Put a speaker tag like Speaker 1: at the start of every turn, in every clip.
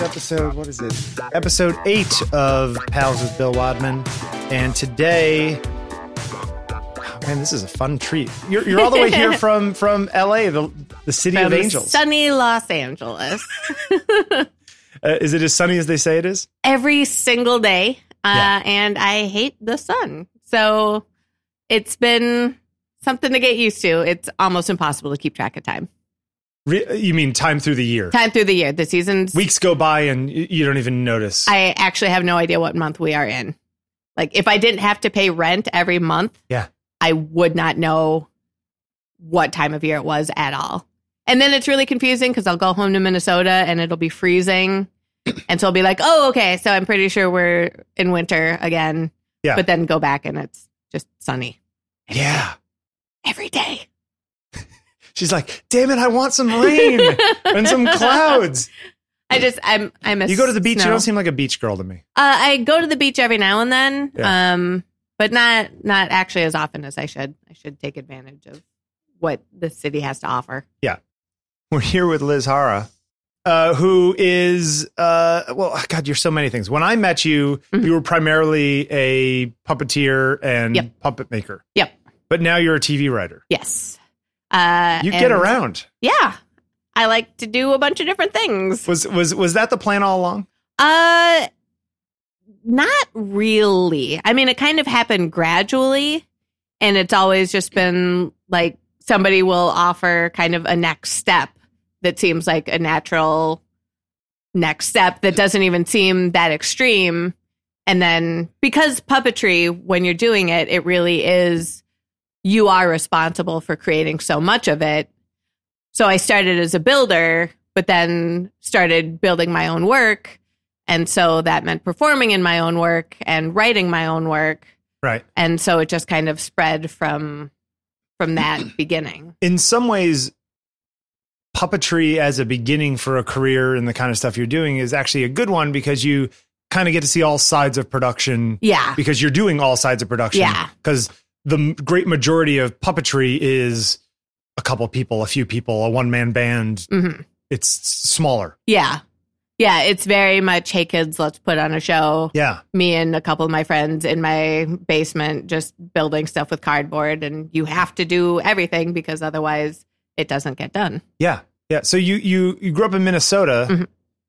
Speaker 1: episode what is it episode 8 of pals with bill wadman and today man this is a fun treat you're, you're all the way here from from la the, the city
Speaker 2: From
Speaker 1: of angels
Speaker 2: sunny Los Angeles.
Speaker 1: uh, is it as sunny as they say it is
Speaker 2: Every single day. Uh,
Speaker 1: Yeah.
Speaker 2: And I hate the sun. So it's been something to get used to. It's almost impossible to keep track of time.
Speaker 1: Re- you mean time through the year
Speaker 2: Time through the year. The seasons.
Speaker 1: weeks go by and y- you don't even notice
Speaker 2: I actually have no idea what month we are in. Like, if I didn't have to pay rent every month,
Speaker 1: Yeah.
Speaker 2: I would not know what time of year it was at all. And then it's really confusing because I'll go home to Minnesota and it'll be freezing. and so I'll be like, oh, okay. So I'm pretty sure we're in winter again.
Speaker 1: Yeah.
Speaker 2: But then go back and it's just sunny
Speaker 1: yeah
Speaker 2: every day.
Speaker 1: she's like damn it i want some rain and some clouds
Speaker 2: I just, I'm, I miss
Speaker 1: you go to the beach you
Speaker 2: snow.
Speaker 1: don't seem like a beach girl to me
Speaker 2: Uh, I go to the beach every now and then,
Speaker 1: Yeah.
Speaker 2: um, but not not actually as often as I should. I should take advantage of what the city has to offer.
Speaker 1: We're here with Liz Hara, uh, who is uh, well. God, you're so many things. When I met you,
Speaker 2: Mhm.
Speaker 1: you were primarily a puppeteer and
Speaker 2: Yep.
Speaker 1: puppet maker.
Speaker 2: Yep.
Speaker 1: But now you're a TV writer.
Speaker 2: Yes, uh,
Speaker 1: You get
Speaker 2: and-
Speaker 1: around.
Speaker 2: Yeah, I like to do a bunch of different things.
Speaker 1: Was was was that the plan all along?
Speaker 2: Uh, not really. I mean, it kind of happened gradually, and it's always just been like somebody will offer kind of a next step that seems like a natural next step that doesn't even seem that extreme. And then because puppetry, when you're doing it, it really is you are responsible for creating so much of it. So I started as a builder, but then started building my own work. And so that meant performing in my own work and writing my own work.
Speaker 1: Right.
Speaker 2: And so it just kind of spread from from that beginning.
Speaker 1: In some ways, puppetry as a beginning for a career and the kind of stuff you're doing is actually a good one because you kind of get to see all sides of production
Speaker 2: Yeah.
Speaker 1: because you're doing all sides of production.
Speaker 2: Yeah.
Speaker 1: Because the m- great majority of puppetry is a couple people, a few people, a one man band.
Speaker 2: hmm
Speaker 1: It's smaller.
Speaker 2: Yeah. Yeah. It's very much, hey kids, let's put on a show.
Speaker 1: Yeah.
Speaker 2: Me and a couple of my friends in my basement just building stuff with cardboard and you have to do everything because otherwise it doesn't get done.
Speaker 1: Yeah. Yeah. So you you you grew up in Minnesota.
Speaker 2: Mhm.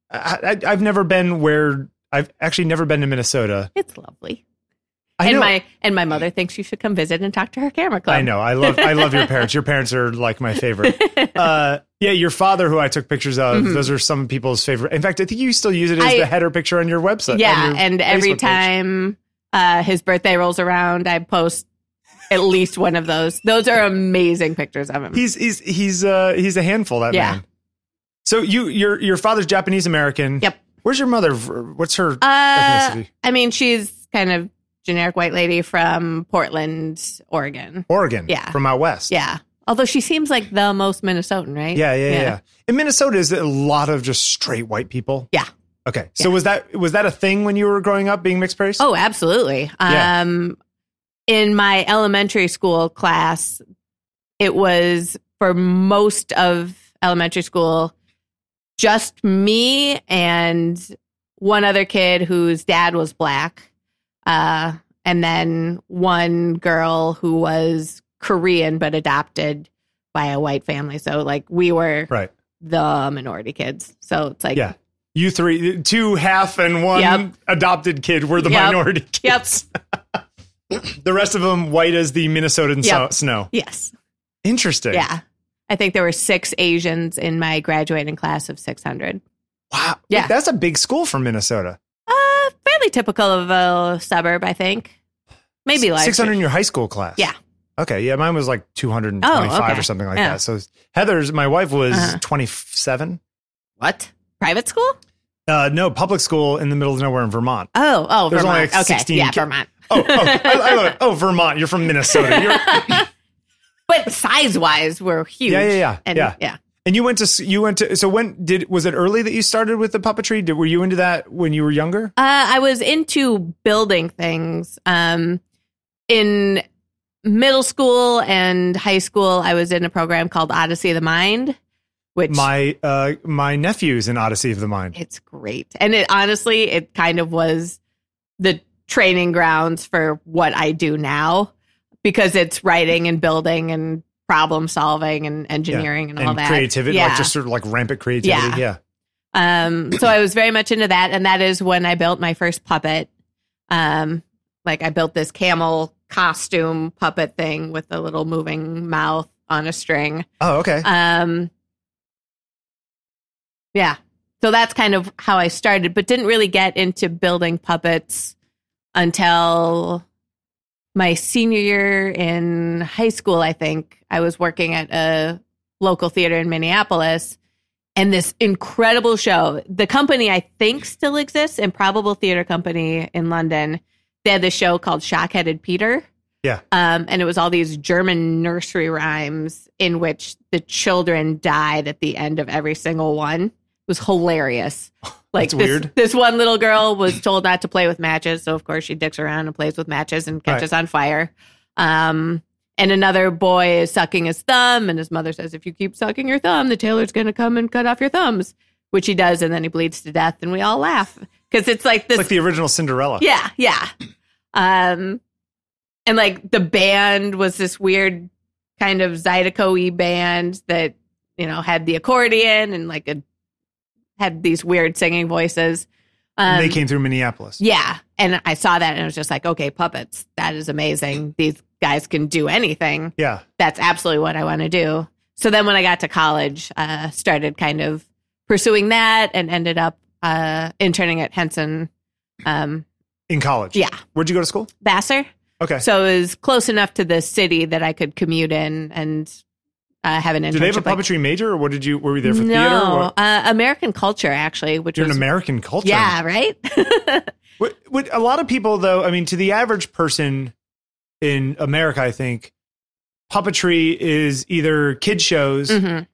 Speaker 1: I, I, I've never been where I've actually never been to Minnesota.
Speaker 2: It's lovely.
Speaker 1: I
Speaker 2: and
Speaker 1: know.
Speaker 2: my and my mother thinks you should come visit and talk to her camera club.
Speaker 1: I know. I love I love your parents. Your parents are like my favorite. Uh, yeah, your father, who I took pictures of,
Speaker 2: Mhm.
Speaker 1: those are some people's favorite. In fact, I think you still use it as
Speaker 2: I-
Speaker 1: the header picture on your website. on
Speaker 2: yeah,
Speaker 1: your
Speaker 2: and every
Speaker 1: Facebook page.
Speaker 2: time uh, his birthday rolls around, I post at least one of those. Those are amazing pictures of him.
Speaker 1: he's he's he's uh he's a handful that
Speaker 2: Yeah.
Speaker 1: man. So you your your father's Japanese American.
Speaker 2: Yep.
Speaker 1: Where's your mother? What's her
Speaker 2: Uh,
Speaker 1: ethnicity?
Speaker 2: I mean, she's kind of generic white lady from Portland, Oregon.
Speaker 1: Oregon.
Speaker 2: yeah.
Speaker 1: From out west.
Speaker 2: Yeah, although she seems like the most Minnesotan, right?
Speaker 1: Yeah, yeah, yeah.
Speaker 2: Yeah.
Speaker 1: yeah. In Minnesota, is it a lot of just straight white people?
Speaker 2: Yeah.
Speaker 1: Okay. So was that was that a thing when you were growing up being mixed race?
Speaker 2: Oh, absolutely.
Speaker 1: Yeah.
Speaker 2: Um, in my elementary school class, it was for most of elementary school just me and one other kid whose dad was black, uh, and then one girl who was Korean but adopted by a white family. So, like, we were
Speaker 1: Right.
Speaker 2: the minority kids. So it's like,
Speaker 1: Yeah. You three, two half and one
Speaker 2: Yep.
Speaker 1: adopted kid were the
Speaker 2: Yep.
Speaker 1: minority
Speaker 2: Yep.
Speaker 1: kids. the rest of them white as the Minnesotan so-
Speaker 2: Yep.
Speaker 1: snow.
Speaker 2: yes.
Speaker 1: Interesting.
Speaker 2: Yeah. I think there were six Asians in my graduating class of 600.
Speaker 1: Wow.
Speaker 2: Yeah.
Speaker 1: That's a big school from Minnesota.
Speaker 2: Uh, fairly typical of a suburb, I think. Maybe like
Speaker 1: six hundred in your high school class.
Speaker 2: Yeah.
Speaker 1: Okay. Yeah, mine was like two hundred and twenty-five
Speaker 2: Oh, okay.
Speaker 1: or something like
Speaker 2: Yeah.
Speaker 1: that. So Heather's, my wife was
Speaker 2: Uh-huh.
Speaker 1: twenty-seven.
Speaker 2: What? Private school?
Speaker 1: Uh, no, public school in the middle of nowhere in Vermont.
Speaker 2: Oh, oh,
Speaker 1: There's only,
Speaker 2: Vermont.
Speaker 1: like,
Speaker 2: okay.
Speaker 1: 16
Speaker 2: yeah,
Speaker 1: ki-
Speaker 2: Vermont.
Speaker 1: Oh, oh, I, I love it. Oh, Vermont. You're from Minnesota. You're,
Speaker 2: But size wise, we're huge.
Speaker 1: Yeah, yeah, yeah,
Speaker 2: And,
Speaker 1: yeah.
Speaker 2: yeah.
Speaker 1: and you went to s- you went to. So when did was it early that you started with the puppetry? Did, were you into that when you were younger?
Speaker 2: Uh, I was into building things. Um, in middle school and high school, I was in a program called Odyssey of the Mind, which
Speaker 1: my uh, my nephews in Odyssey of the Mind.
Speaker 2: it's great. And it honestly, it kind of was the training grounds for what I do now because it's writing and building and problem solving and engineering and all
Speaker 1: And
Speaker 2: that.
Speaker 1: creativity,
Speaker 2: Yeah.
Speaker 1: like just sort of like rampant creativity.
Speaker 2: Yeah.
Speaker 1: Yeah.
Speaker 2: Um, so I was very much into that, and that is when I built my first puppet. Um, like I built this camel costume puppet thing with a little moving mouth on a string.
Speaker 1: Oh, okay.
Speaker 2: Um, yeah, so that's kind of how I started, but didn't really get into building puppets until my senior year in high school. I think I was working at a local theater in Minneapolis and this incredible show. The company I think still exists, Improbable Theater Company in London. They had this show called Shockheaded Peter.
Speaker 1: Yeah.
Speaker 2: Um, and it was all these German nursery rhymes in which the children died at the end of every single one. It was hilarious. Like
Speaker 1: That's
Speaker 2: this,
Speaker 1: weird.
Speaker 2: this one little girl was told not to play with matches, so of course she dicks around and plays with matches and catches on fire. Um, and another boy is sucking his thumb, and his mother says, "If you keep sucking your thumb, the tailor's going to come and cut off your thumbs," which he does, and then he bleeds to death, and we all laugh because it's like this.
Speaker 1: it's like the original Cinderella.
Speaker 2: yeah, yeah. Um, and like the band was this weird kind of Zydeco-y band that you know had the accordion and like a had these weird singing voices. Um,
Speaker 1: And they came through Minneapolis.
Speaker 2: yeah. And I saw that and I was just like, okay, puppets. That is amazing. These guys can do anything
Speaker 1: Yeah.
Speaker 2: that's absolutely what I want to do. So then when I got to college, uh, started kind of pursuing that and ended up uh, interning at Henson. Um,
Speaker 1: In college.
Speaker 2: yeah,
Speaker 1: Where'd you go to school?
Speaker 2: Vassar.
Speaker 1: Okay.
Speaker 2: So it was close enough to the city that I could commute in and uh, have an internship.
Speaker 1: Did they have a
Speaker 2: like-
Speaker 1: puppetry major or what did you, were we there for
Speaker 2: no,
Speaker 1: theater? Or,
Speaker 2: uh, American culture actually, which
Speaker 1: you're an
Speaker 2: was
Speaker 1: American culture.
Speaker 2: yeah, right.
Speaker 1: What, what, a lot of people, though, I mean, to the average person in America, I think puppetry is either kid shows
Speaker 2: Mhm.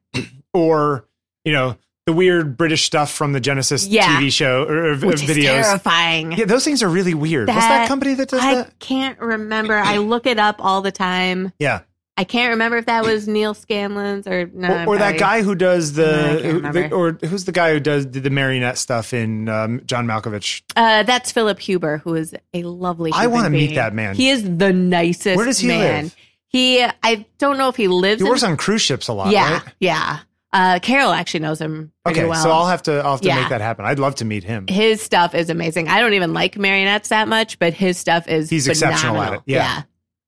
Speaker 1: or, you know, the weird British stuff from the Genesis
Speaker 2: Yeah.
Speaker 1: TV show or, or v-
Speaker 2: Which is
Speaker 1: videos.
Speaker 2: terrifying.
Speaker 1: Yeah, those things are really weird. What's
Speaker 2: That-
Speaker 1: that company that does
Speaker 2: I
Speaker 1: that?
Speaker 2: can't remember. I look it up all the time.
Speaker 1: Yeah.
Speaker 2: I can't remember if that was Neil Scanlon's or no,
Speaker 1: Or, or that
Speaker 2: probably-
Speaker 1: guy who does
Speaker 2: I
Speaker 1: the,
Speaker 2: can't
Speaker 1: who- the
Speaker 2: remember.
Speaker 1: or who's the guy who does did the marionette stuff in um, John Malkovich?
Speaker 2: Uh, that's Philip Huber, who is a lovely.
Speaker 1: I
Speaker 2: human
Speaker 1: want to meet
Speaker 2: being.
Speaker 1: that man.
Speaker 2: He is the nicest.
Speaker 1: Where does he
Speaker 2: man.
Speaker 1: live?
Speaker 2: He, I don't know if he lives.
Speaker 1: He works
Speaker 2: in,
Speaker 1: on cruise ships a lot,
Speaker 2: yeah,
Speaker 1: right?
Speaker 2: yeah. Uh, Carol actually knows him pretty
Speaker 1: Okay,
Speaker 2: well.
Speaker 1: so I'll have to I'll have to
Speaker 2: Yeah.
Speaker 1: make that happen. I'd love to meet him.
Speaker 2: his stuff is amazing. I don't even like marionettes that much, but his stuff is
Speaker 1: He's exceptional at
Speaker 2: phenomenal.
Speaker 1: it. Yeah.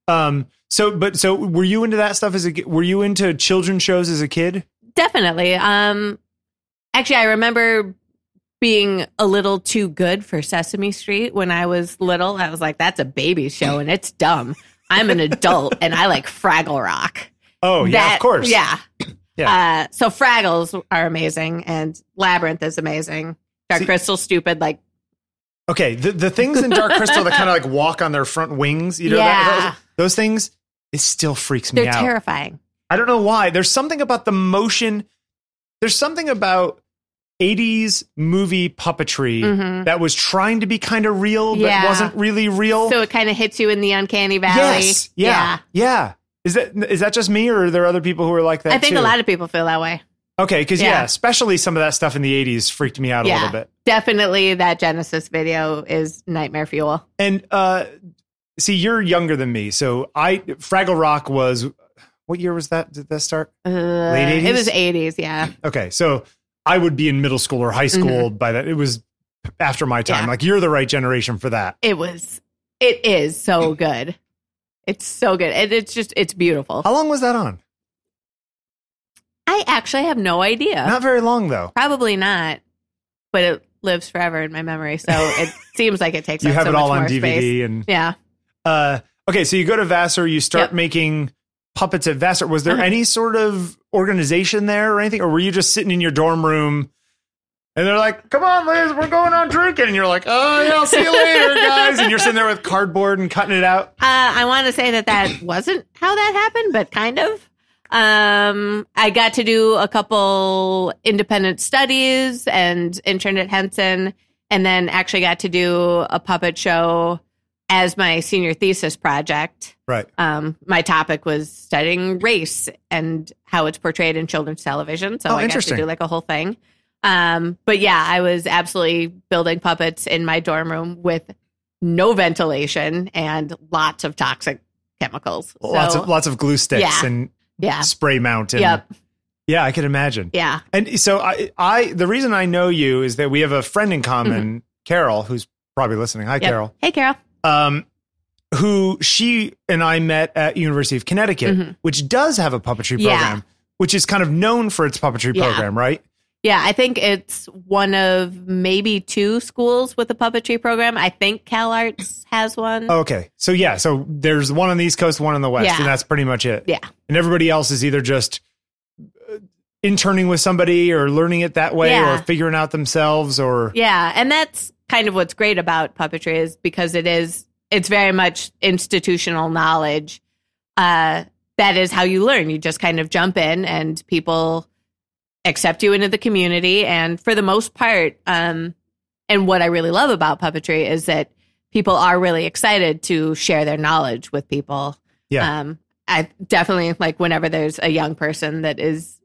Speaker 1: Um. So, but so, were you into that stuff as a? ki- Were you into children's shows as a kid?
Speaker 2: definitely. Um, actually, I remember being a little too good for Sesame Street when I was little. I was like, "That's a baby show, and it's dumb." I'm an adult, and I like Fraggle Rock.
Speaker 1: Oh yeah, of
Speaker 2: That-
Speaker 1: course.
Speaker 2: Yeah.
Speaker 1: Yeah.
Speaker 2: Uh, so Fraggles are amazing, and Labyrinth is amazing. Dark
Speaker 1: See-
Speaker 2: Crystal, stupid. Like,
Speaker 1: Okay. The the things in Dark Crystal that kind of like walk on their front wings, you know, that-
Speaker 2: Yeah.
Speaker 1: those- those things, it still freaks me
Speaker 2: they're
Speaker 1: out.
Speaker 2: terrifying.
Speaker 1: I don't know why. There's something about the motion. There's something about 80s movie puppetry
Speaker 2: Mhm.
Speaker 1: that was trying to be kind of real, but
Speaker 2: Yeah.
Speaker 1: wasn't really real.
Speaker 2: So it kind of hits you in the uncanny valley.
Speaker 1: yes. Yeah. Yeah. Is that is that just me, or are there other people who are like that?
Speaker 2: I think
Speaker 1: too?
Speaker 2: a lot of people feel that way.
Speaker 1: Okay, because yeah.
Speaker 2: Yeah.
Speaker 1: especially some of that stuff in the '80s freaked me out a
Speaker 2: Yeah.
Speaker 1: little bit.
Speaker 2: Definitely, that Genesis video is nightmare fuel.
Speaker 1: And uh, see, you're younger than me, so I Fraggle Rock was what year was that? Did that start?
Speaker 2: Uh,
Speaker 1: Late
Speaker 2: It was
Speaker 1: 80s?
Speaker 2: eighties. Yeah.
Speaker 1: Okay, so I would be in middle school or high school by that. It was after my time.
Speaker 2: Mm-hmm. Yeah.
Speaker 1: Like you're the right generation for that.
Speaker 2: It was. It is so good. It's so good. And it's just, it's beautiful.
Speaker 1: How long was that on?
Speaker 2: I actually have no idea.
Speaker 1: Not very long though.
Speaker 2: Probably not, but it lives forever in my memory. So it seems like it takes
Speaker 1: You
Speaker 2: up
Speaker 1: have
Speaker 2: so
Speaker 1: it
Speaker 2: much
Speaker 1: all on
Speaker 2: more
Speaker 1: DVD
Speaker 2: space.
Speaker 1: and
Speaker 2: Yeah.
Speaker 1: uh, okay. So you go to Vassar, you start
Speaker 2: Yep.
Speaker 1: making puppets at Vassar. Was there
Speaker 2: Uh-huh.
Speaker 1: any sort of organization there or anything, or were you just sitting in your dorm room? And they're like, "Come on, Liz, we're going on drinking." And you're like, "Oh yeah, I'll see you later, guys." And you're sitting there with cardboard and cutting it out.
Speaker 2: Uh, I want to say that that wasn't how that happened, but kind of. Um, I got to do a couple independent studies and interned at Henson, and then actually got to do a puppet show as my senior thesis project.
Speaker 1: Right.
Speaker 2: Um, my topic was studying race and how it's portrayed in children's television. So
Speaker 1: Oh,
Speaker 2: I got to
Speaker 1: interesting.
Speaker 2: do like a whole thing. Um, but yeah, I was absolutely building puppets in my dorm room with no ventilation and lots of toxic chemicals.
Speaker 1: lots
Speaker 2: So,
Speaker 1: of lots of glue sticks
Speaker 2: Yeah.
Speaker 1: and
Speaker 2: yeah,
Speaker 1: spray mount. And,
Speaker 2: Yep.
Speaker 1: Yeah, I can imagine.
Speaker 2: yeah,
Speaker 1: And so I, I, the reason I know you is that we have a friend in common, Carol, who's probably listening. Hi,
Speaker 2: Mm-hmm. Yep.
Speaker 1: Carol.
Speaker 2: Hey, Carol.
Speaker 1: Um, who she and I met at University of Connecticut,
Speaker 2: Mhm.
Speaker 1: which does have a puppetry
Speaker 2: Yeah.
Speaker 1: program, which is kind of known for its puppetry
Speaker 2: Yeah.
Speaker 1: program, right?
Speaker 2: Yeah, I think it's one of maybe two schools with a puppetry program. I think CalArts has one.
Speaker 1: Oh, Okay, so yeah, so there's one on the East Coast, one on the West,
Speaker 2: Yeah.
Speaker 1: and that's pretty much it.
Speaker 2: Yeah.
Speaker 1: and everybody else is either just uh, interning with somebody or learning it that way
Speaker 2: Yeah.
Speaker 1: or figuring out themselves or
Speaker 2: Yeah, and that's kind of what's great about puppetry is because it is it's very much institutional knowledge. Uh, that is how you learn. You just kind of jump in, and people accept you into the community. And for the most part, um, and what I really love about puppetry is that people are really excited to share their knowledge with people.
Speaker 1: Yeah.
Speaker 2: Um, I definitely like whenever there's a young person that is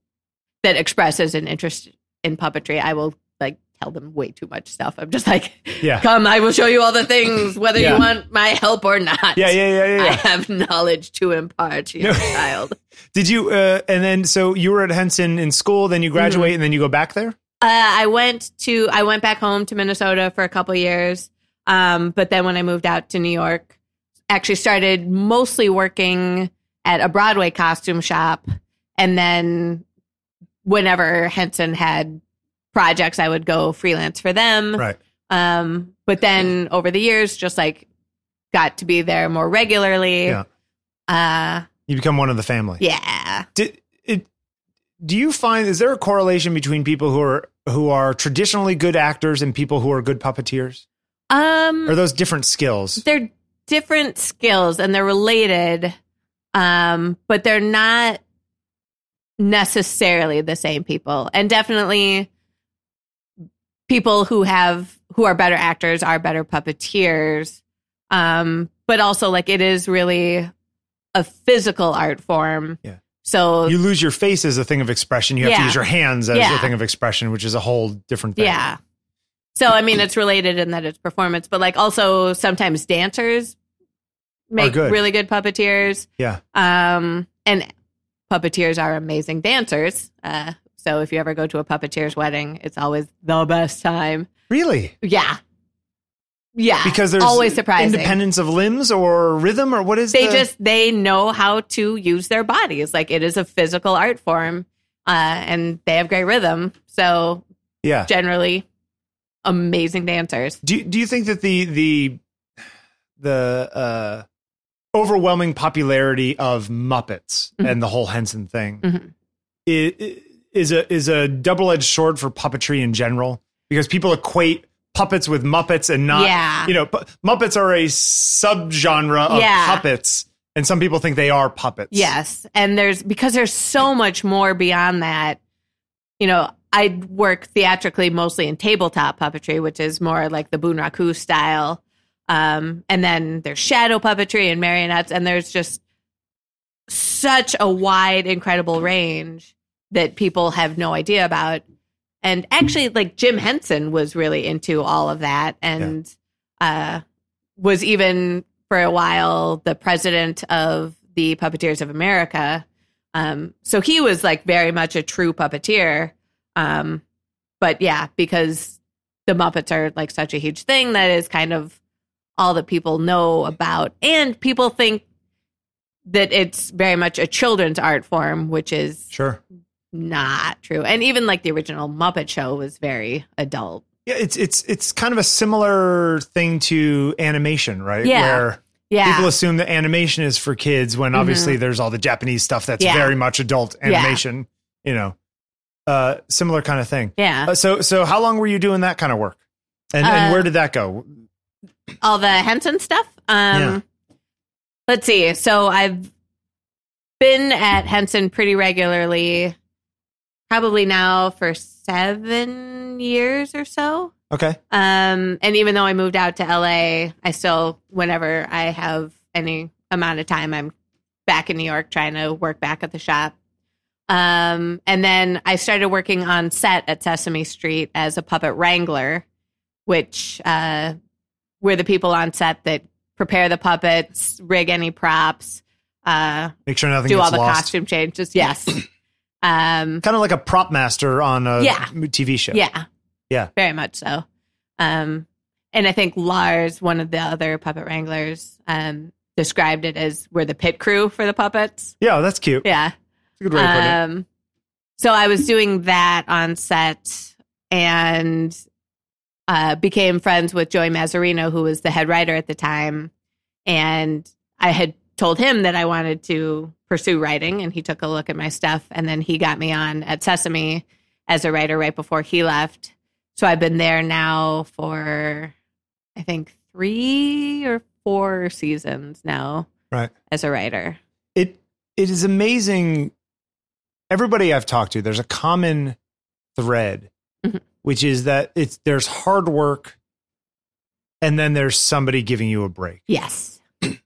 Speaker 2: that expresses an interest in puppetry, I will like tell them way too much stuff. I'm just like,
Speaker 1: Yeah.
Speaker 2: come, I will show you all the things, whether
Speaker 1: Yeah.
Speaker 2: you want my help or not.
Speaker 1: yeah, yeah, yeah, yeah.
Speaker 2: I
Speaker 1: yeah.
Speaker 2: have knowledge to impart to your
Speaker 1: No.
Speaker 2: child.
Speaker 1: Did you? Uh, and then so you were at Henson in school, then you graduate,
Speaker 2: Mm-hmm.
Speaker 1: and then you go back there.
Speaker 2: Uh, I went to I went back home to Minnesota for a couple years, um, but then when I moved out to New York, actually started mostly working at a Broadway costume shop, and then whenever Henson had projects, I would go freelance for them.
Speaker 1: Right.
Speaker 2: Um, but then over the years, just like got to be there more regularly.
Speaker 1: Yeah.
Speaker 2: Uh,
Speaker 1: You become one of the family.
Speaker 2: yeah.
Speaker 1: Did, it, do you find is there a correlation between people who are who are traditionally good actors and people who are good puppeteers?
Speaker 2: Um,
Speaker 1: Are those different skills?
Speaker 2: they're different skills and they're related, um, but they're not necessarily the same people. And definitely, people who have who are better actors are better puppeteers. Um, but also, like it is really a physical art form.
Speaker 1: Yeah.
Speaker 2: So
Speaker 1: You lose your face as a thing of expression. You have to
Speaker 2: Yeah.
Speaker 1: use your hands as a
Speaker 2: Yeah.
Speaker 1: thing of expression, which is a whole different thing.
Speaker 2: Yeah. So I mean, it's related in that it's performance, but like also sometimes dancers make
Speaker 1: Oh, good.
Speaker 2: really good puppeteers.
Speaker 1: Yeah.
Speaker 2: Um, and puppeteers are amazing dancers. Uh, so if you ever go to a puppeteer's wedding, it's always the best time.
Speaker 1: Really?
Speaker 2: Yeah. Yeah.
Speaker 1: Because there's
Speaker 2: always surprising.
Speaker 1: independence of limbs or rhythm or what is
Speaker 2: they
Speaker 1: the-
Speaker 2: just they know how to use their bodies. Like it is a physical art form, uh, and they have great rhythm. So
Speaker 1: yeah.
Speaker 2: generally, amazing dancers.
Speaker 1: Do you, do you think that the the the uh, overwhelming popularity of Muppets
Speaker 2: Mhm.
Speaker 1: and the whole Henson thing
Speaker 2: Mhm.
Speaker 1: i- i- is a is a double edged sword for puppetry in general because people equate puppets with Muppets and not
Speaker 2: yeah.
Speaker 1: you know pu- Muppets are a subgenre of
Speaker 2: Yeah.
Speaker 1: puppets and some people think they are puppets.
Speaker 2: Yes. And there's because there's so much more beyond that. You know, I work theatrically mostly in tabletop puppetry, which is more like the Bunraku style. Um, and then there's shadow puppetry and marionettes, and there's just such a wide, incredible range that people have no idea about. And actually, like Jim Henson was really into all of that and uh, was even for a while the president of the Puppeteers of America. Um, so he was like very much a true puppeteer. Um, but yeah, because the Muppets are like such a huge thing that is kind of all that people know about. And people think that it's very much a children's art form, which is
Speaker 1: Sure.
Speaker 2: not true. And even like the original Muppet Show was very adult.
Speaker 1: Yeah, it's it's it's kind of a similar thing to animation, right?
Speaker 2: Yeah.
Speaker 1: Where
Speaker 2: Yeah. Mm-hmm.
Speaker 1: people assume that animation is for kids when obviously there's all the Japanese stuff that's
Speaker 2: Yeah.
Speaker 1: very much adult
Speaker 2: Yeah.
Speaker 1: animation, you know, uh, similar kind of thing.
Speaker 2: yeah.
Speaker 1: Uh, so, so how long were you doing that kind of work? And, and
Speaker 2: Uh,
Speaker 1: where did that go?
Speaker 2: all the Henson stuff. Um,
Speaker 1: Yeah.
Speaker 2: Let's see. So I've been at Henson pretty regularly, probably now for seven years or so.
Speaker 1: Okay.
Speaker 2: Um, and even though I moved out to LA, I still, whenever I have any amount of time, I'm back in New York trying to work back at the shop. Um, and then I started working on set at Sesame Street as a puppet wrangler, which uh, we're the people on set that prepare the puppets, rig any props, uh,
Speaker 1: Make sure nothing
Speaker 2: do
Speaker 1: gets
Speaker 2: all the
Speaker 1: lost.
Speaker 2: costume changes. Yes. um,
Speaker 1: Kind of like a prop master on a
Speaker 2: Yeah.
Speaker 1: TV show.
Speaker 2: yeah.
Speaker 1: Yeah.
Speaker 2: Very much so. Um, and I think Lars, one of the other puppet wranglers, um, described it as we're the pit crew for the puppets.
Speaker 1: Yeah, that's cute.
Speaker 2: Yeah.
Speaker 1: That's a good way to put it.
Speaker 2: Um, so I was doing that on set and uh, became friends with Joey Mazzarino, who was the head writer at the time. And I had told him that I wanted to pursue writing, and he took a look at my stuff. And then he got me on at Sesame as a writer right before he left. So I've been there now for, I think, three or four seasons now.
Speaker 1: Right.
Speaker 2: As a writer.
Speaker 1: it it is amazing everybody i've talked to there's a common thread
Speaker 2: Mhm.
Speaker 1: which is that it's there's hard work and then there's somebody giving you a break
Speaker 2: Yes.
Speaker 1: i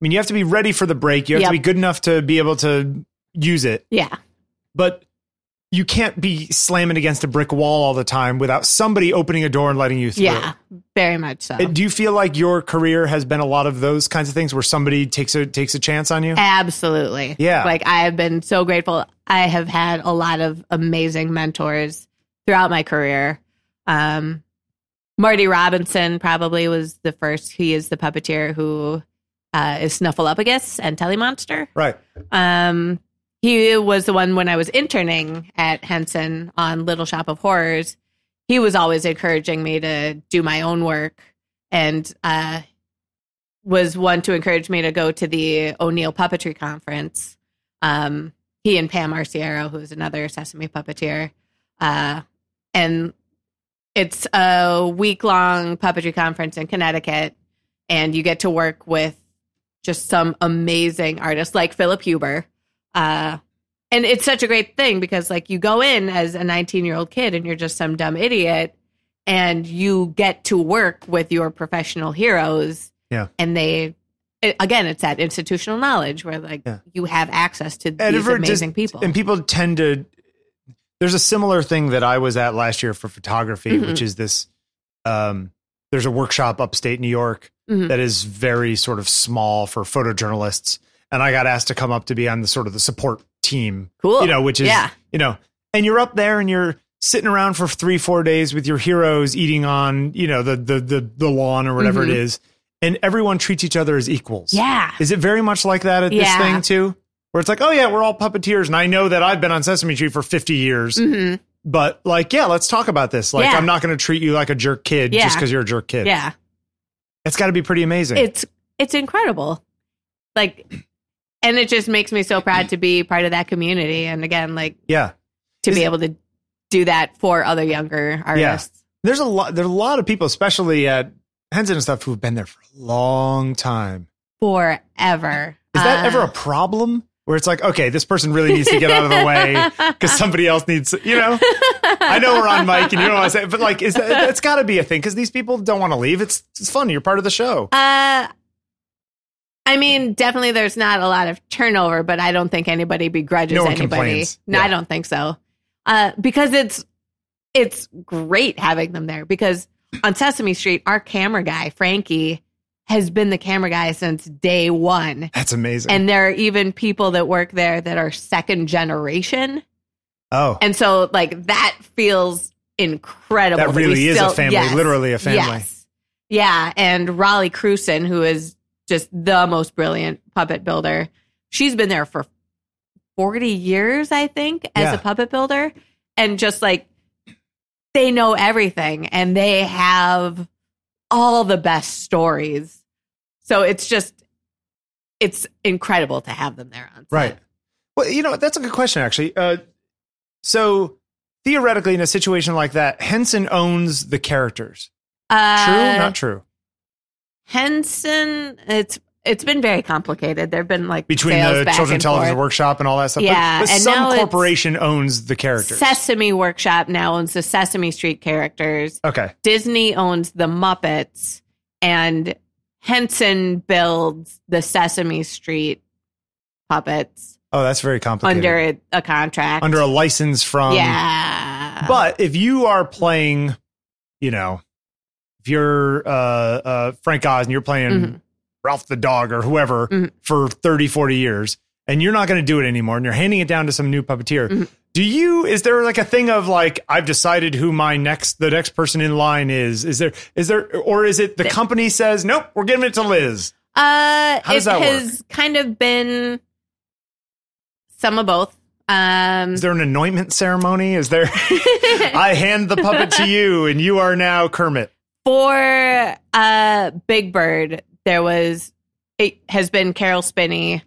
Speaker 1: mean you have to be ready for the break you have
Speaker 2: Yep.
Speaker 1: to be good enough to be able to use it
Speaker 2: Yeah.
Speaker 1: but you can't be slamming against a brick wall all the time without somebody opening a door and letting you through
Speaker 2: Yeah. Very much so.
Speaker 1: Uh, do you feel like your career has been a lot of those kinds of things where somebody takes a takes a chance on you
Speaker 2: Absolutely.
Speaker 1: Yeah.
Speaker 2: Like I have been so grateful. I have had a lot of amazing mentors throughout my career. Um, Marty Robinson probably was the first. He is the puppeteer who uh, is Snuffleupagus and Telemonster.
Speaker 1: right
Speaker 2: Um, he was the one when I was interning at Henson on Little Shop of Horrors. He was always encouraging me to do my own work and uh, was one to encourage me to go to the O'Neill Puppetry Conference. Um, he and Pam Arciero, who is another Sesame puppeteer. Uh, and it's a week long puppetry conference in Connecticut, and you get to work with just some amazing artists like Philip Huber. Uh, and it's such a great thing because, like, you go in as a 19 year old kid and you're just some dumb idiot, and you get to work with your professional heroes.
Speaker 1: Yeah.
Speaker 2: And they, it, again, it's that institutional knowledge where, like,
Speaker 1: Yeah.
Speaker 2: you have access to
Speaker 1: And
Speaker 2: these
Speaker 1: if we're just-
Speaker 2: amazing people.
Speaker 1: and people tend to there's a similar thing that i was at last year for photography
Speaker 2: Mhm.
Speaker 1: which is this um there's a workshop upstate new york
Speaker 2: Mhm.
Speaker 1: that is very sort of small for photojournalists and i got asked to come up to be on the sort of the support team
Speaker 2: cool.
Speaker 1: you know which is
Speaker 2: yeah.
Speaker 1: you know and you're up there and you're sitting around for three four days with your heroes eating on you know the the the, the lawn or whatever it
Speaker 2: Mhm.
Speaker 1: is and everyone treats each other as equals
Speaker 2: Yeah.
Speaker 1: is it very much like that at
Speaker 2: Yeah.
Speaker 1: this thing too? Where it's like, oh yeah, we're all puppeteers, and I know that I've been on Sesame Street for fifty years,
Speaker 2: hmm
Speaker 1: but like, yeah, let's talk about this. Like,
Speaker 2: Yeah.
Speaker 1: I'm not going to treat you like a jerk kid
Speaker 2: Yeah.
Speaker 1: just because you're a jerk kid.
Speaker 2: Yeah.
Speaker 1: it's got to be pretty amazing.
Speaker 2: It's it's incredible. Like and it just makes me so proud to be part of that community and again like
Speaker 1: yeah,
Speaker 2: to
Speaker 1: Is
Speaker 2: be
Speaker 1: it-
Speaker 2: able to do that for other younger artists.
Speaker 1: there's a lot. There's a lot of people, especially at Henson and stuff, who've been there for a long time.
Speaker 2: Forever.
Speaker 1: Is that
Speaker 2: Uh,
Speaker 1: ever a problem? Where it's like, okay, this person really needs to get out of the way because somebody else needs, you know. I know we're on mic and you don't want to say, it, but like, is that that's got to be a thing because these people don't want to leave. It's it's fun. You're part of the show.
Speaker 2: Uh I mean, definitely there's not a lot of turnover, but I don't think anybody begrudges
Speaker 1: No one
Speaker 2: anybody.
Speaker 1: complains.
Speaker 2: No,
Speaker 1: Yeah.
Speaker 2: I don't think so. Uh, because it's it's great having them there because on Sesame Street, our camera guy, Frankie, has been the camera guy since day one.
Speaker 1: That's amazing.
Speaker 2: And there are even people that work there that are second generation.
Speaker 1: oh,
Speaker 2: And so like that feels incredible.
Speaker 1: that
Speaker 2: we
Speaker 1: really is
Speaker 2: still-
Speaker 1: a family,
Speaker 2: yes.
Speaker 1: literally a family.
Speaker 2: Yes. Yeah. And Raleigh Cruson, who is just the most brilliant puppet builder, she's been there for 40 years, I think, as
Speaker 1: Yeah.
Speaker 2: a puppet builder. And just like they know everything and they have all the best stories. So it's just, it's incredible to have them there on set.
Speaker 1: Right. Well, you know, that's a good question, actually. Uh, so theoretically, in a situation like that, Henson owns the characters. True,
Speaker 2: Uh,
Speaker 1: not true.
Speaker 2: Henson, it's it's been very complicated. There've been like
Speaker 1: between
Speaker 2: sales
Speaker 1: the
Speaker 2: back
Speaker 1: Children
Speaker 2: and
Speaker 1: Television
Speaker 2: forth.
Speaker 1: Workshop and all that stuff.
Speaker 2: Yeah,
Speaker 1: but, but
Speaker 2: and now
Speaker 1: some
Speaker 2: it's-
Speaker 1: corporation owns the characters.
Speaker 2: Sesame Workshop now owns the Sesame Street characters.
Speaker 1: okay,
Speaker 2: Disney owns the Muppets, and Henson builds the Sesame Street puppets
Speaker 1: oh, that's very complicated.
Speaker 2: under a, a contract.
Speaker 1: under a license from.
Speaker 2: yeah,
Speaker 1: But if you are playing, you know, if you're uh, uh, Frank Oz and you're playing
Speaker 2: Mhm.
Speaker 1: Ralph the dog or whoever
Speaker 2: Mhm.
Speaker 1: for 30, 40 years, and you're not going to do it anymore, and you're handing it down to some new puppeteer.
Speaker 2: Mhm.
Speaker 1: Do you? Is there like a thing of like I've decided who my next the next person in line is? Is there is there or is it the
Speaker 2: Th-
Speaker 1: company says nope we're giving it to Liz?
Speaker 2: Uh,
Speaker 1: How does
Speaker 2: it
Speaker 1: that work?
Speaker 2: has kind of been some of both. Um,
Speaker 1: Is there an anointment ceremony? Is there? I hand the puppet to you, and you are now Kermit.
Speaker 2: for uh, Big Bird, there was it has been Carol Spinney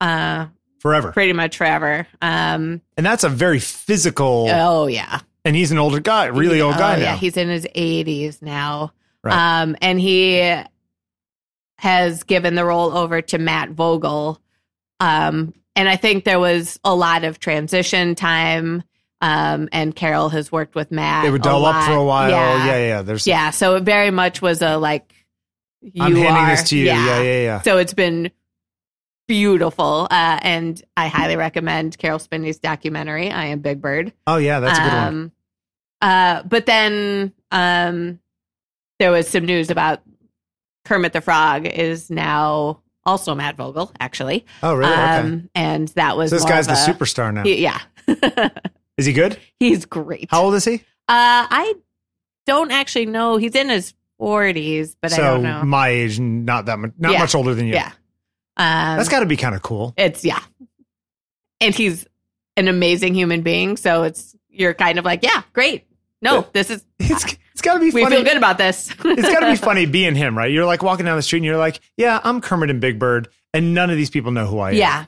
Speaker 2: uh,
Speaker 1: Forever.
Speaker 2: pretty much forever. Um,
Speaker 1: And that's a very physical,
Speaker 2: oh yeah,
Speaker 1: and he's an older guy, really old
Speaker 2: Oh,
Speaker 1: guy
Speaker 2: Yeah,
Speaker 1: now.
Speaker 2: he's in his 80s now.
Speaker 1: Right.
Speaker 2: Um, and he has given the role over to Matt Vogel. Um, and I think there was a lot of transition time. Um, and Carol has worked with Matt.
Speaker 1: they would doll up for a
Speaker 2: lot.
Speaker 1: while. Yeah, yeah.
Speaker 2: yeah.
Speaker 1: There's,
Speaker 2: Yeah, So it very much was a like, you
Speaker 1: I'm handing
Speaker 2: are,
Speaker 1: this to you. Yeah, yeah, yeah.
Speaker 2: So it's been beautiful. Uh, and I highly recommend Carol Spinney's documentary, I Am Big Bird
Speaker 1: Oh, yeah, that's a good one.
Speaker 2: um, Uh, but then um, there was some news about Kermit the Frog is now also Matt Vogel, actually.
Speaker 1: Oh, really? okay.
Speaker 2: Um, and that was
Speaker 1: So this
Speaker 2: more
Speaker 1: guy's
Speaker 2: of
Speaker 1: the
Speaker 2: a-
Speaker 1: superstar now.
Speaker 2: he- yeah,
Speaker 1: Is he good?
Speaker 2: he's great.
Speaker 1: How old is he?
Speaker 2: Uh, I don't actually know. He's in his forties, but
Speaker 1: so
Speaker 2: I don't know. Um,
Speaker 1: my age, not that much, not
Speaker 2: Yeah.
Speaker 1: much older than you.
Speaker 2: yeah, um,
Speaker 1: That's got to be kind of cool.
Speaker 2: it's yeah, and he's an amazing human being. So it's you're kind of like, yeah, great. No, this is
Speaker 1: It's, it's got to be
Speaker 2: we
Speaker 1: funny.
Speaker 2: feel good about this.
Speaker 1: it's got to be funny being him, right? You're like walking down the street and you're like, yeah, I'm Kermit and Big Bird, and none of these people know who I am.
Speaker 2: Yeah.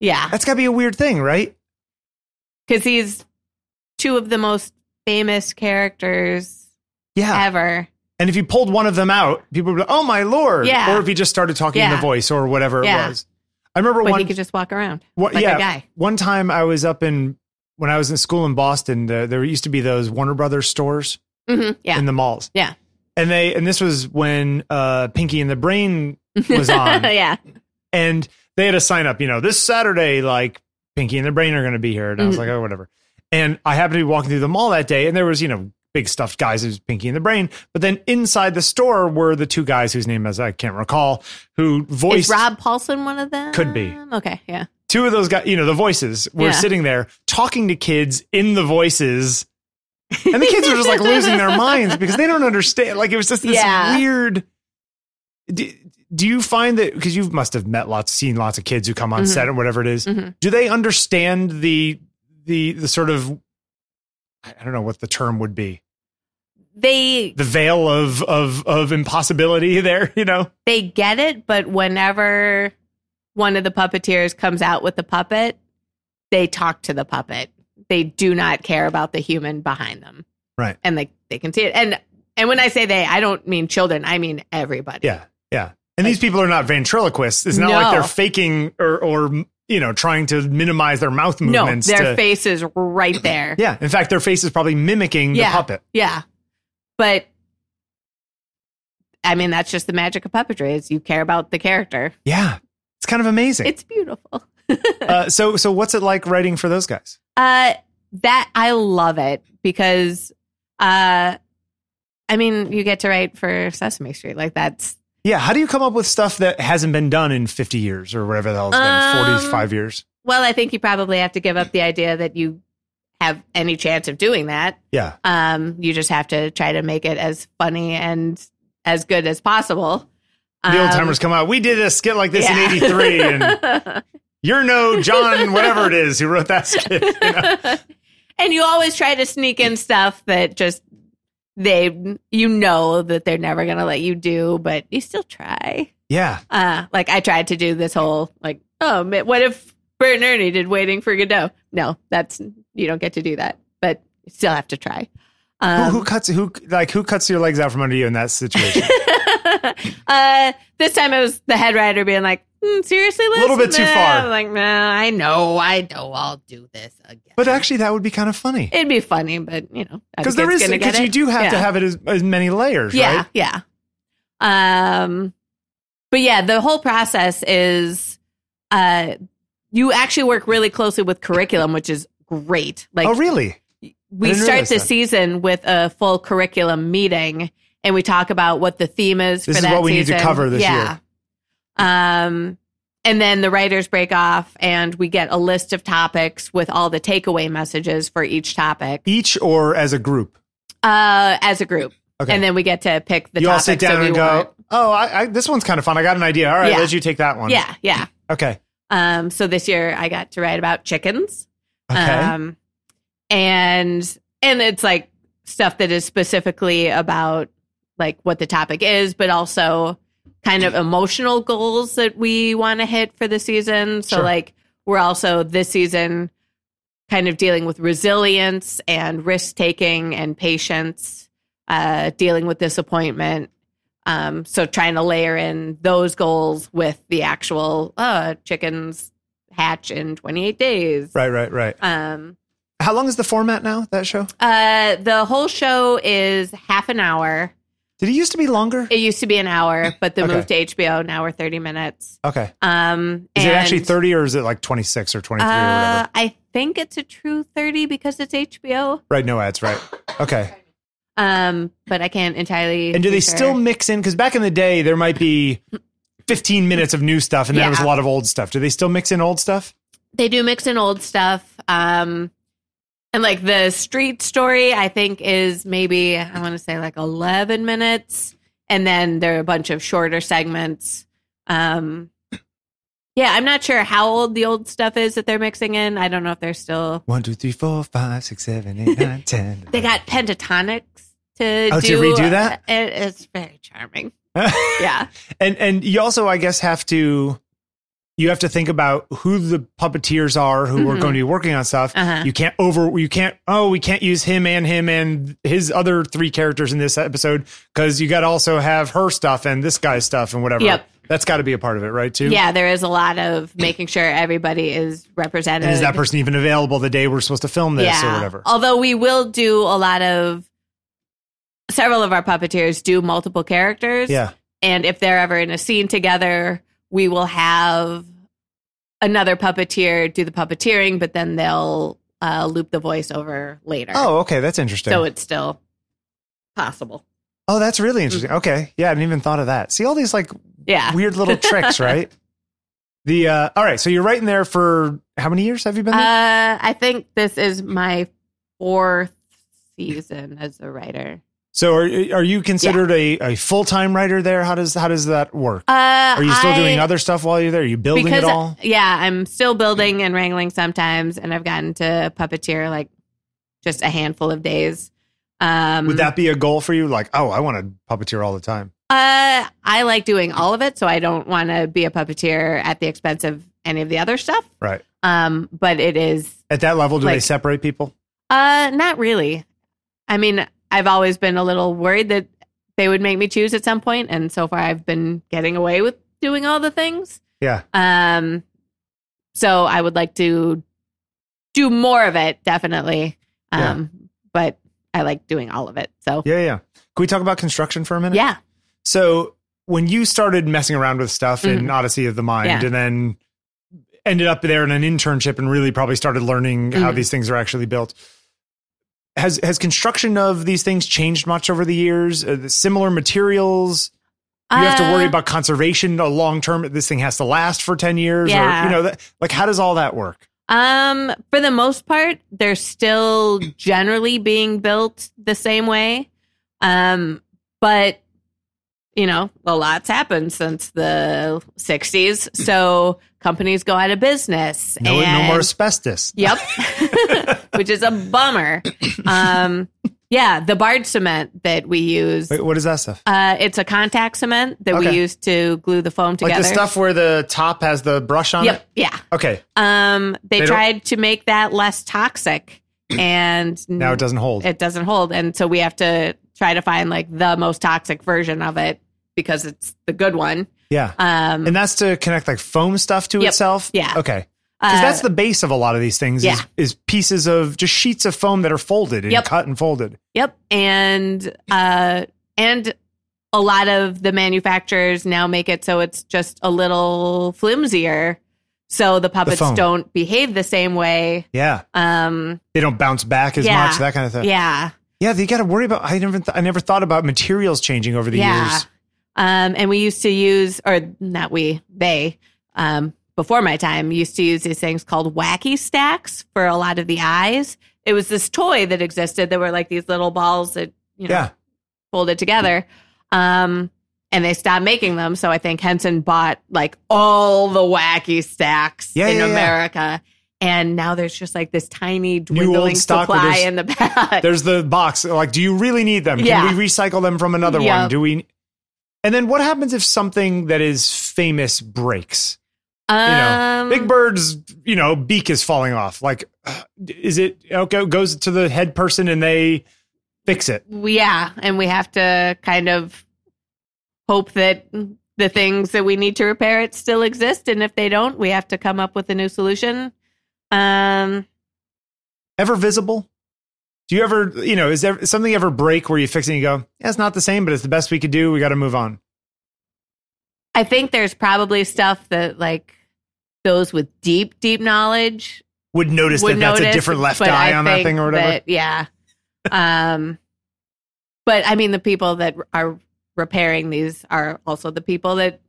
Speaker 2: Yeah.
Speaker 1: That's got to be a weird thing, right?
Speaker 2: Because he's two of the most famous characters
Speaker 1: Yeah.
Speaker 2: ever.
Speaker 1: And if you pulled one of them out, people would be like, oh, my Lord.
Speaker 2: Yeah.
Speaker 1: Or if he just started talking in
Speaker 2: Yeah.
Speaker 1: the voice or whatever it
Speaker 2: Yeah.
Speaker 1: was. I remember
Speaker 2: But
Speaker 1: one,
Speaker 2: he could just walk around
Speaker 1: one-
Speaker 2: like
Speaker 1: yeah,
Speaker 2: a guy.
Speaker 1: one time I was up in, when I was in school in Boston, there, there used to be those Warner Brothers stores
Speaker 2: hmm Yeah.
Speaker 1: in the malls.
Speaker 2: Yeah.
Speaker 1: And they, and this was when uh, Pinky and the Brain was on.
Speaker 2: yeah.
Speaker 1: and they had a sign up, you know, this Saturday, like Pinky and the Brain are going to be here. And I was
Speaker 2: Mhm.
Speaker 1: like, oh, whatever. And I happened to be walking through the mall that day, and there was, you know, big stuffed guys who's Pinky and the Brain. But then inside the store were the two guys whose name is I can't recall, who voiced
Speaker 2: Is Rob Paulson one of them?
Speaker 1: Could be.
Speaker 2: Okay. Yeah.
Speaker 1: two of those guys, you know, the voices were
Speaker 2: Yeah.
Speaker 1: sitting there talking to kids in the voices. And the kids were just like losing their minds because they don't understand. Like it was just this
Speaker 2: Yeah.
Speaker 1: weird. Do, do you find that because you must have met lots, seen lots of kids who come on
Speaker 2: Mhm.
Speaker 1: set or whatever it is,
Speaker 2: Mhm.
Speaker 1: do they understand the the the sort of I I don't know what the term would be
Speaker 2: They
Speaker 1: the veil of of of impossibility there you know
Speaker 2: they get it, but whenever one of the puppeteers comes out with the puppet, they talk to the puppet. They do not care about the human behind them.
Speaker 1: Right.
Speaker 2: And like they can see it. And and when I say they, I don't mean children, I mean everybody.
Speaker 1: yeah yeah and these people are not ventriloquists it's not like
Speaker 2: No.
Speaker 1: they're faking or or you know trying to minimize their mouth
Speaker 2: No,
Speaker 1: movements
Speaker 2: their
Speaker 1: to-
Speaker 2: face is right there.
Speaker 1: yeah in fact their face is probably mimicking
Speaker 2: Yeah.
Speaker 1: the puppet
Speaker 2: Yeah. But I mean, that's just the magic of puppetry is you care about the character.
Speaker 1: yeah it's kind of amazing
Speaker 2: It's beautiful.
Speaker 1: uh, so so what's it like writing for those guys
Speaker 2: Uh that I love it because uh I mean, you get to write for Sesame Street. Like that's
Speaker 1: yeah how do you come up with stuff that hasn't been done in 50 years or whatever the hell it's been
Speaker 2: Um,
Speaker 1: 45 years
Speaker 2: well, I think you probably have to give up the idea that you have any chance of doing that.
Speaker 1: yeah
Speaker 2: Um, you just have to try to make it as funny and as good as possible. Um,
Speaker 1: the old timers come out we did a skit like this in 83 and
Speaker 2: and
Speaker 1: You're no John, whatever it is, who wrote that skit. you know?
Speaker 2: and you always try to sneak in stuff that just they you know that they're never gonna let you do, but you still try.
Speaker 1: Yeah.
Speaker 2: Uh, like I tried to do this whole like, oh, ma- what if Bert and Ernie did Waiting for Godot? No, that's you don't get to do that, but you still have to try.
Speaker 1: Who,
Speaker 2: Um,
Speaker 1: who cuts who like who cuts your legs out from under you in that situation?
Speaker 2: uh, this time it was the head writer being like, "Hmm, seriously, Liz?
Speaker 1: A little bit too
Speaker 2: Nah."
Speaker 1: far.
Speaker 2: I'm like, no, I know, I know, I'll do this again.
Speaker 1: But actually, that would be kind of funny
Speaker 2: It'd be funny, but you know, not a
Speaker 1: because there
Speaker 2: kid's
Speaker 1: is
Speaker 2: gonna get
Speaker 1: because you
Speaker 2: it.
Speaker 1: do have to
Speaker 2: Yeah.
Speaker 1: have it as, as many layers,
Speaker 2: Yeah,
Speaker 1: right?
Speaker 2: yeah. Um, but yeah, the whole process is, uh, you actually work really closely with curriculum, which is great. Like,
Speaker 1: oh, really?
Speaker 2: we
Speaker 1: didn't
Speaker 2: start
Speaker 1: realize
Speaker 2: the
Speaker 1: that.
Speaker 2: season with a full curriculum meeting and we talk about what the theme is
Speaker 1: This
Speaker 2: for
Speaker 1: is
Speaker 2: that
Speaker 1: what we need to
Speaker 2: season.
Speaker 1: cover this
Speaker 2: yeah.
Speaker 1: year.
Speaker 2: Um and then the writers break off and we get a list of topics with all the takeaway messages for each topic
Speaker 1: Each or as a group?
Speaker 2: uh as a group.
Speaker 1: Okay.
Speaker 2: And then we get to pick the
Speaker 1: you all
Speaker 2: topics
Speaker 1: sit
Speaker 2: that
Speaker 1: down
Speaker 2: we
Speaker 1: and go,
Speaker 2: want.
Speaker 1: "Oh, I, I, this one's kind of fun. I got an idea. All right,
Speaker 2: Yeah.
Speaker 1: Liz, you take that one."
Speaker 2: Yeah, yeah.
Speaker 1: Okay.
Speaker 2: Um so this year I got to write about chickens.
Speaker 1: Okay.
Speaker 2: Um, and and it's like stuff that is specifically about like what the topic is, but also kind of emotional goals that we want to hit for the season. So
Speaker 1: Sure.
Speaker 2: like we're also this season kind of dealing with resilience and risk taking and patience, uh, dealing with disappointment. Um, so trying to layer in those goals with the actual uh, chickens hatch in 28 days.
Speaker 1: right, right, right.
Speaker 2: Um,
Speaker 1: How long is the format now? That show?
Speaker 2: uh, the whole show is half an hour.
Speaker 1: Did it used to be longer?
Speaker 2: It used to be an hour, but the
Speaker 1: Okay.
Speaker 2: move to HBO now we're 30 minutes.
Speaker 1: okay.
Speaker 2: Um,
Speaker 1: Is it
Speaker 2: and,
Speaker 1: actually thirty or is it like twenty six or twenty three or
Speaker 2: Uh,
Speaker 1: whatever?
Speaker 2: I think it's a true 30 because it's HBO.
Speaker 1: Right, no ads, right? Okay.
Speaker 2: Um, but I can't entirely.
Speaker 1: And do
Speaker 2: be
Speaker 1: they
Speaker 2: sure.
Speaker 1: still mix in? Because back in the day, there might be fifteen minutes of new stuff, and then it was a
Speaker 2: Yeah.
Speaker 1: lot of old stuff. Do they still mix in old stuff?
Speaker 2: They do mix in old stuff. Um, and like the street story, I think is maybe I want to say like eleven minutes, and then there are a bunch of shorter segments. Um, yeah, I'm not sure how old the old stuff is that they're mixing in. I don't know if they're still.
Speaker 1: One, two, three, four, five, six, seven, eight, nine, ten.
Speaker 2: They got pentatonics to
Speaker 1: Oh, to
Speaker 2: do.
Speaker 1: redo that?
Speaker 2: Uh, it- it's very charming.
Speaker 1: got
Speaker 2: Yeah,
Speaker 1: and and you also i guess have to you have to think about who the puppeteers are who are
Speaker 2: Mhm.
Speaker 1: going to be working on stuff
Speaker 2: Uh-huh.
Speaker 1: you can't over you can't oh we can't use him and him and his other three characters in this episode because you got to also have her stuff and this guy's stuff and whatever
Speaker 2: Yep.
Speaker 1: that's got to be a part of it right too
Speaker 2: yeah. There is a lot of making sure everybody is represented.
Speaker 1: and is that person even available the day we're supposed to film this or whatever
Speaker 2: Although we will do a lot of several of our puppeteers do multiple characters.
Speaker 1: yeah
Speaker 2: And if they're ever in a scene together, we will have another puppeteer do the puppeteering, but then they'll uh, loop the voice over later.
Speaker 1: oh okay that's interesting
Speaker 2: so it's still possible.
Speaker 1: oh that's really interesting
Speaker 2: Mm.
Speaker 1: okay yeah i hadn't even thought of that see all these like
Speaker 2: Yeah.
Speaker 1: weird little tricks, right? The uh, all right, so you're right in there for how many years have you been there?
Speaker 2: Uh, I think this is my fourth season as a writer.
Speaker 1: so are are you considered a, a full time writer there? How does how does that work?
Speaker 2: Uh,
Speaker 1: Are you still
Speaker 2: I,
Speaker 1: doing other stuff while you're there? Are you building it all?
Speaker 2: yeah, I'm still building and wrangling sometimes, and I've gotten to puppeteer like just a handful of days. Um,
Speaker 1: Would that be a goal for you? Like, oh, I want to puppeteer all the time.
Speaker 2: Uh, I like doing all of it, so I don't want to be a puppeteer at the expense of any of the other stuff.
Speaker 1: Right.
Speaker 2: Um, but it is
Speaker 1: At that level, do they
Speaker 2: Like-
Speaker 1: separate people?
Speaker 2: uh, not really. I mean, I've always been a little worried that they would make me choose at some point, and so far I've been getting away with doing all the things.
Speaker 1: Yeah.
Speaker 2: Um, so I would like to do more of it, definitely. Um, but I like doing all of it. So
Speaker 1: Yeah, yeah. Can we talk about construction for a minute?
Speaker 2: yeah,
Speaker 1: So when you started messing around with stuff in
Speaker 2: Mhm.
Speaker 1: Odyssey of the Mind
Speaker 2: Yeah.
Speaker 1: and then ended up there in an internship and really probably started learning how
Speaker 2: Mhm.
Speaker 1: these things are actually built. Has has construction of these things changed much over the years? Uh, the similar materials? You have to worry
Speaker 2: Uh,
Speaker 1: about conservation a long term. This thing has to last for ten years, or
Speaker 2: Yeah.
Speaker 1: you know, that, like how does all that work?
Speaker 2: Um, for the most part, they're still generally being built the same way. Um, but you know, a lot's happened since the '60s, so companies go out of business.
Speaker 1: No, no
Speaker 2: and-
Speaker 1: more asbestos.
Speaker 2: Yep. Which is a bummer. Um, yeah, the barge cement that we use.
Speaker 1: Wait, what is that stuff?
Speaker 2: Uh, it's a contact cement that
Speaker 1: Okay.
Speaker 2: we use to glue the foam
Speaker 1: Like
Speaker 2: together.
Speaker 1: the stuff where the top has the brush on
Speaker 2: Yep. Yeah.
Speaker 1: it. Okay,
Speaker 2: Um, they,
Speaker 1: They don't-
Speaker 2: tried to make that less toxic, and
Speaker 1: now it doesn't hold.
Speaker 2: It doesn't hold, and so we have to try to find like the most toxic version of it because it's the good one.
Speaker 1: Yeah.
Speaker 2: Um,
Speaker 1: And that's to connect like foam stuff to
Speaker 2: Yep.
Speaker 1: itself.
Speaker 2: Yeah.
Speaker 1: Okay. Because
Speaker 2: uh,
Speaker 1: that's the base of a lot of these things
Speaker 2: Yeah.
Speaker 1: is, is pieces of just sheets of foam that are folded and
Speaker 2: Yep.
Speaker 1: cut and folded.
Speaker 2: Yep. And uh and a lot of the manufacturers now make it so it's just a little flimsier so the puppets
Speaker 1: foam.
Speaker 2: don't behave the same way.
Speaker 1: Yeah.
Speaker 2: Um
Speaker 1: They don't bounce back as
Speaker 2: Yeah.
Speaker 1: much, that kind of thing.
Speaker 2: yeah.
Speaker 1: Yeah, you got to worry about. I never, th- I never thought about materials changing over the
Speaker 2: yeah.
Speaker 1: years.
Speaker 2: Um and we used to use or not we, they um before my time used to use these things called wacky stacks for a lot of the eyes. It was this toy that existed that were like these little balls that you know
Speaker 1: Yeah,
Speaker 2: folded together. Um, and they stopped making them. So I think Henson bought like all the wacky stacks
Speaker 1: Yeah,
Speaker 2: in
Speaker 1: yeah, yeah.
Speaker 2: America. And now there's just like this tiny dwindling
Speaker 1: old stock where
Speaker 2: supply
Speaker 1: there's-
Speaker 2: in the back.
Speaker 1: there's the box. Like, do you really need them?
Speaker 2: Yeah.
Speaker 1: Can we recycle them from another
Speaker 2: Yeah.
Speaker 1: one? Do we? And then what happens if something that is famous breaks? You know,
Speaker 2: Um,
Speaker 1: Big Bird's, you know, beak is falling off. Like, uh, is it okay? Goes to the head person and they fix it.
Speaker 2: yeah. And we have to kind of hope that the things that we need to repair it still exist. And if they don't, we have to come up with a new solution. Um,
Speaker 1: Ever visible? Do you ever, you know, is there something ever break where you fix it and you go, yeah, it's not the same, but it's the best we could do. We got to move on.
Speaker 2: I think there's probably stuff that like those with deep, deep knowledge
Speaker 1: Would notice
Speaker 2: would
Speaker 1: that
Speaker 2: notice,
Speaker 1: that's a different left
Speaker 2: but
Speaker 1: eye
Speaker 2: I
Speaker 1: on that
Speaker 2: think
Speaker 1: thing or whatever.
Speaker 2: that- yeah. um, but I mean, the people that are repairing these are also the people that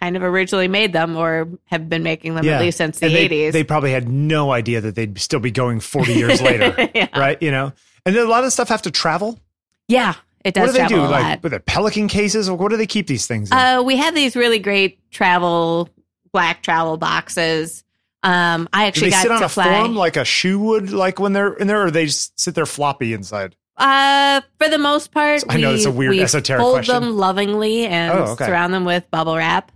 Speaker 2: kind of originally made them or have been making them
Speaker 1: Yeah.
Speaker 2: at least since the
Speaker 1: And they,
Speaker 2: 80s.
Speaker 1: They probably had no idea that they'd still be going 40 years later,
Speaker 2: yeah.
Speaker 1: right? You know, and then a lot of stuff have to travel.
Speaker 2: Yeah, it
Speaker 1: What
Speaker 2: does
Speaker 1: do they
Speaker 2: travel
Speaker 1: do?
Speaker 2: a
Speaker 1: Like
Speaker 2: lot.
Speaker 1: with the pelican cases, Like, what do they keep these things in?
Speaker 2: Uh, we have these really great travel, black travel boxes. Um, I
Speaker 1: do
Speaker 2: actually
Speaker 1: they
Speaker 2: got
Speaker 1: sit on
Speaker 2: to
Speaker 1: a
Speaker 2: fly.
Speaker 1: form like a shoe would, like when they're in there, or they just sit there floppy inside?
Speaker 2: Uh, for the most part,
Speaker 1: I know
Speaker 2: we,
Speaker 1: it's a weird
Speaker 2: we
Speaker 1: esoteric
Speaker 2: fold
Speaker 1: question.
Speaker 2: them lovingly and
Speaker 1: Oh, okay.
Speaker 2: surround them with bubble wrap.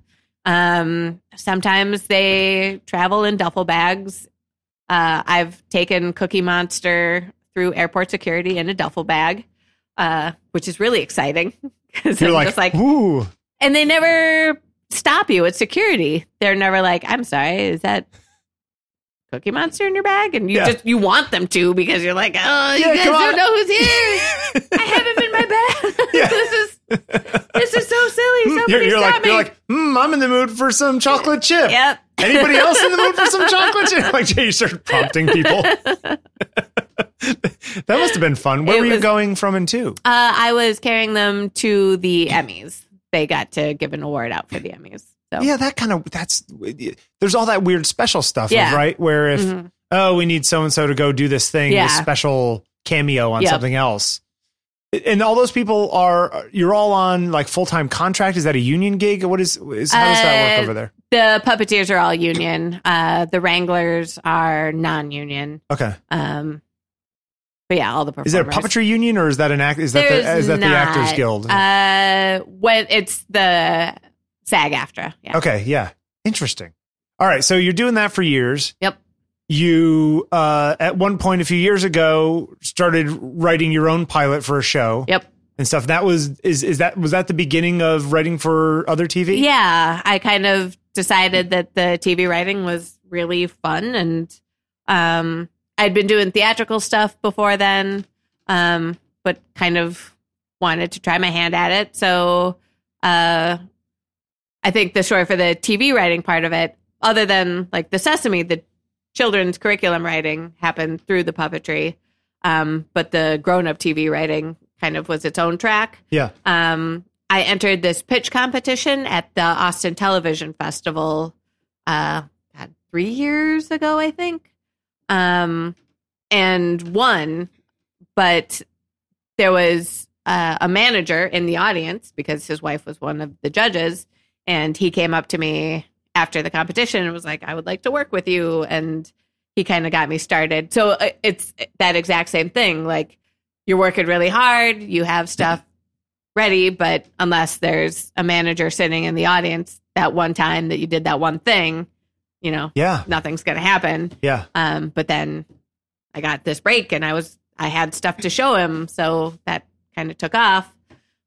Speaker 2: Um, sometimes they travel in duffel bags. Uh, I've taken Cookie Monster through airport security in a duffel bag, uh, which is really exciting because
Speaker 1: You're
Speaker 2: I'm
Speaker 1: like,
Speaker 2: just like,
Speaker 1: ooh,
Speaker 2: and they never stop you at security. They're never like, "I'm sorry, is that Cookie Monster in your bag?" And you
Speaker 1: Yeah.
Speaker 2: just you want them to because you're like, "Oh, you
Speaker 1: Yeah,
Speaker 2: guys
Speaker 1: come
Speaker 2: don't
Speaker 1: on."
Speaker 2: know who's here. I have him in my bag.
Speaker 1: Yeah.
Speaker 2: this is this is so silly. Somebody
Speaker 1: you're, you're
Speaker 2: stop
Speaker 1: like,
Speaker 2: me."
Speaker 1: you're like, mm, I'm in the mood for some chocolate chip.
Speaker 2: yep.
Speaker 1: Anybody else in the mood for some chocolate chip? Like, you start prompting people. that must have been fun. Where
Speaker 2: It
Speaker 1: were you
Speaker 2: was-
Speaker 1: going from and to?
Speaker 2: Uh, I was carrying them to the Emmys. They got to give an award out for the Emmys. So
Speaker 1: Yeah, that kind of that's there's all that weird special stuff,
Speaker 2: Yeah.
Speaker 1: right? Where if
Speaker 2: Mhm.
Speaker 1: oh, we need so and so to go do this thing,
Speaker 2: Yeah.
Speaker 1: this special cameo on
Speaker 2: Yep.
Speaker 1: something else. And all those people are you're all on like full time contract. Is that a union gig? What is, is how does that
Speaker 2: Uh,
Speaker 1: work over there?
Speaker 2: the puppeteers are all union. Uh, the Wranglers are non-union.
Speaker 1: Okay,
Speaker 2: Um, but yeah, all the performers.
Speaker 1: is there a puppetry union or is that an act? Is that the,
Speaker 2: There's
Speaker 1: is that the
Speaker 2: not.
Speaker 1: Actors Guild?
Speaker 2: Uh, when it's the SAG after. Yeah.
Speaker 1: okay, yeah, interesting. All right, so you're doing that for years.
Speaker 2: Yep.
Speaker 1: You uh, at one point a few years ago started writing your own pilot for a show.
Speaker 2: Yep.
Speaker 1: and stuff. That was is is that was that the beginning of writing for other TV?
Speaker 2: Yeah, I kind of decided that the TV writing was really fun, and um, I'd been doing theatrical stuff before then, um, but kind of wanted to try my hand at it. So, uh, I think the story for the TV writing part of it, other than like the Sesame, the children's curriculum writing happened through the puppetry, um, but the grown-up TV writing kind of was its own track
Speaker 1: Yeah.
Speaker 2: um, I entered this pitch competition at the Austin Television Festival uh, God, three years ago, I think, um, and won. But there was uh, a manager in the audience because his wife was one of the judges, and he came up to me after the competition and was like, "I would like to work with you," and he kind of got me started. So uh, it's that exact same thing. Like you're working really hard, you have stuff ready, but unless there's a manager sitting in the audience that one time that you did that one thing, you know,
Speaker 1: Yeah.
Speaker 2: nothing's going to happen.
Speaker 1: Yeah.
Speaker 2: Um, but then I got this break and I was I had stuff to show him, so that kind of took off.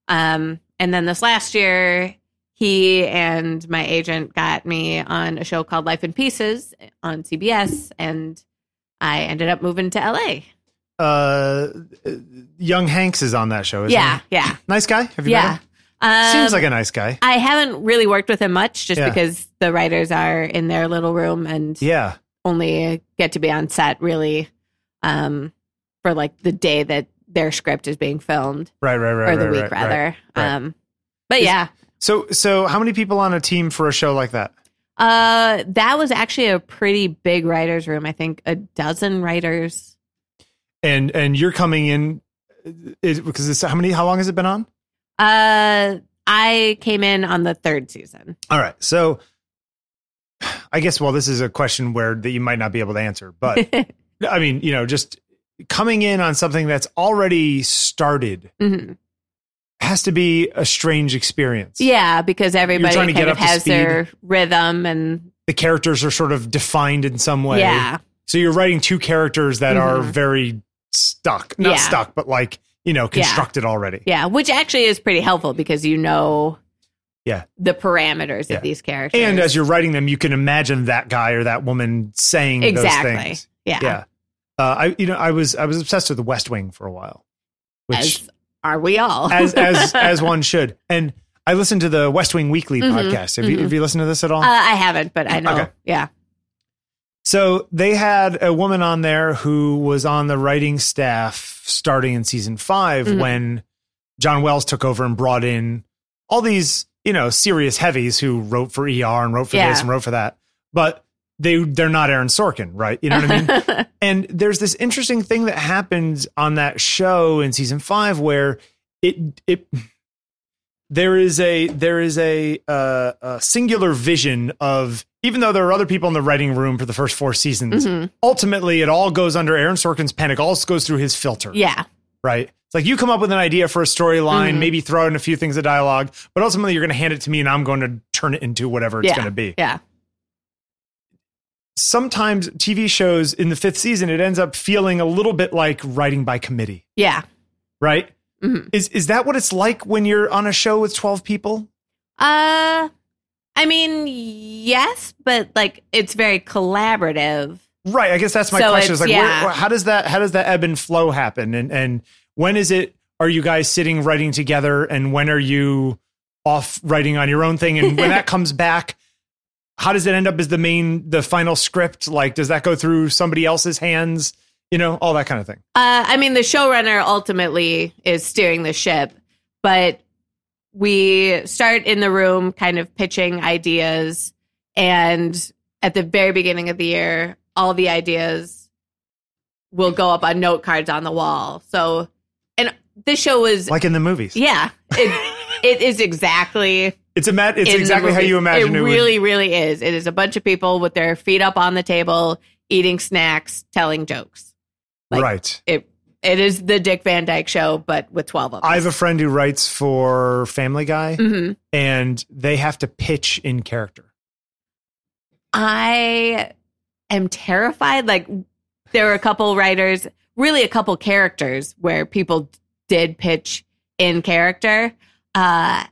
Speaker 2: Um, And then this last year, he and my agent got me on a show called Life in Pieces on CBS, and I ended up moving to LA.
Speaker 1: Uh, young Hanks is on that show. Isn't
Speaker 2: yeah,
Speaker 1: he?
Speaker 2: yeah,
Speaker 1: nice guy. Have you met
Speaker 2: yeah.
Speaker 1: him?
Speaker 2: Um,
Speaker 1: Seems like a nice guy.
Speaker 2: I haven't really worked with him much, just
Speaker 1: Yeah.
Speaker 2: because the writers are in their little room and
Speaker 1: Yeah,
Speaker 2: only get to be on set really um, for like the day that their script is being filmed
Speaker 1: right, right, right,
Speaker 2: or the
Speaker 1: right,
Speaker 2: week
Speaker 1: right, right.
Speaker 2: rather.
Speaker 1: right.
Speaker 2: Um, but
Speaker 1: Is-
Speaker 2: yeah,
Speaker 1: So, so how many people on a team for a show like that?
Speaker 2: uh, that was actually a pretty big writers' room. I think a dozen writers.
Speaker 1: And and you're coming in is because it's how many? How long has it been on?
Speaker 2: Uh, I came in on the third season.
Speaker 1: All right. So I guess well this is a question where that you might not be able to answer, but I mean, you know, just coming in on something that's already started
Speaker 2: Mhm.
Speaker 1: has to be a strange experience.
Speaker 2: Yeah, because everybody
Speaker 1: trying
Speaker 2: kind
Speaker 1: to get
Speaker 2: of
Speaker 1: up to
Speaker 2: has their rhythm and
Speaker 1: The characters are sort of defined in some way.
Speaker 2: yeah,
Speaker 1: So you're writing two characters that are
Speaker 2: Mhm.
Speaker 1: very stuck. Not
Speaker 2: Yeah.
Speaker 1: stuck, but like, you know,
Speaker 2: Yeah.
Speaker 1: constructed already.
Speaker 2: yeah, which actually is pretty helpful because you know,
Speaker 1: Yeah.
Speaker 2: the parameters
Speaker 1: Yeah.
Speaker 2: of these characters
Speaker 1: And as you're writing them, you can imagine that guy or that woman saying those
Speaker 2: exactly,
Speaker 1: things. Yeah. Uh, I you know I was I was obsessed with The West Wing for a while, which
Speaker 2: as are we all?
Speaker 1: as as as one should. And I listened to the West Wing Weekly
Speaker 2: Mhm,
Speaker 1: podcast. Have you
Speaker 2: mhm.
Speaker 1: have you listened to this at all?
Speaker 2: Uh, I haven't, but I know.
Speaker 1: Okay.
Speaker 2: Yeah.
Speaker 1: so they had a woman on there who was on the writing staff starting in season 5
Speaker 2: Mhm.
Speaker 1: when John Wells took over and brought in all these you know serious heavies who wrote for ER and wrote for
Speaker 2: Yeah.
Speaker 1: this and wrote for that, but they they're not Aaron Sorkin, right? You know what I mean? And there's this interesting thing that happens on that show in season five where it it there is a there is a, uh, a singular vision of even though there are other people in the writing room for the first four seasons,
Speaker 2: Mhm.
Speaker 1: ultimately it all goes under Aaron Sorkin's pen. It all goes through his filter,
Speaker 2: Yeah.
Speaker 1: right? It's like you come up with an idea for a storyline,
Speaker 2: Mhm.
Speaker 1: maybe throw in a few things of dialogue, but ultimately you're going to hand it to me, and I'm going to turn it into whatever it's
Speaker 2: Yeah.
Speaker 1: going to be
Speaker 2: Yeah.
Speaker 1: sometimes TV shows in the fifth season, it ends up feeling a little bit like writing by committee,
Speaker 2: Yeah.
Speaker 1: right?
Speaker 2: Mhm.
Speaker 1: Is is that what it's like when you're on a show with twelve people?
Speaker 2: Uh, I mean, yes, but like it's very collaborative.
Speaker 1: Right. I guess that's my
Speaker 2: So
Speaker 1: question. Is like,
Speaker 2: it's- yeah.
Speaker 1: where, how does that how does that ebb and flow happen? And and when is it? Are you guys sitting writing together? And when are you off writing on your own thing? And when that comes back. How does it end up as the main, the final script? Like, does that go through somebody else's hands? You know, all that kind of thing.
Speaker 2: Uh, I mean, the showrunner ultimately is steering the ship, but we start in the room kind of pitching ideas. And at the very beginning of the year, all the ideas will go up on note cards on the wall. So, and this show was,
Speaker 1: Like in the movies.
Speaker 2: yeah, it, it is exactly
Speaker 1: It's, ima- it's
Speaker 2: in the
Speaker 1: exactly how
Speaker 2: movie.
Speaker 1: you imagine it,
Speaker 2: It
Speaker 1: would-
Speaker 2: really, really is. It is a bunch of people with their feet up on the table, eating snacks, telling jokes. like-
Speaker 1: right.
Speaker 2: It it is the Dick Van Dyke Show, but with twelve of us.
Speaker 1: I have a friend who writes for Family Guy,
Speaker 2: Mhm.
Speaker 1: and they have to pitch in character.
Speaker 2: I am terrified. Like there were a couple writers, really a couple characters where people did pitch in character. Uh,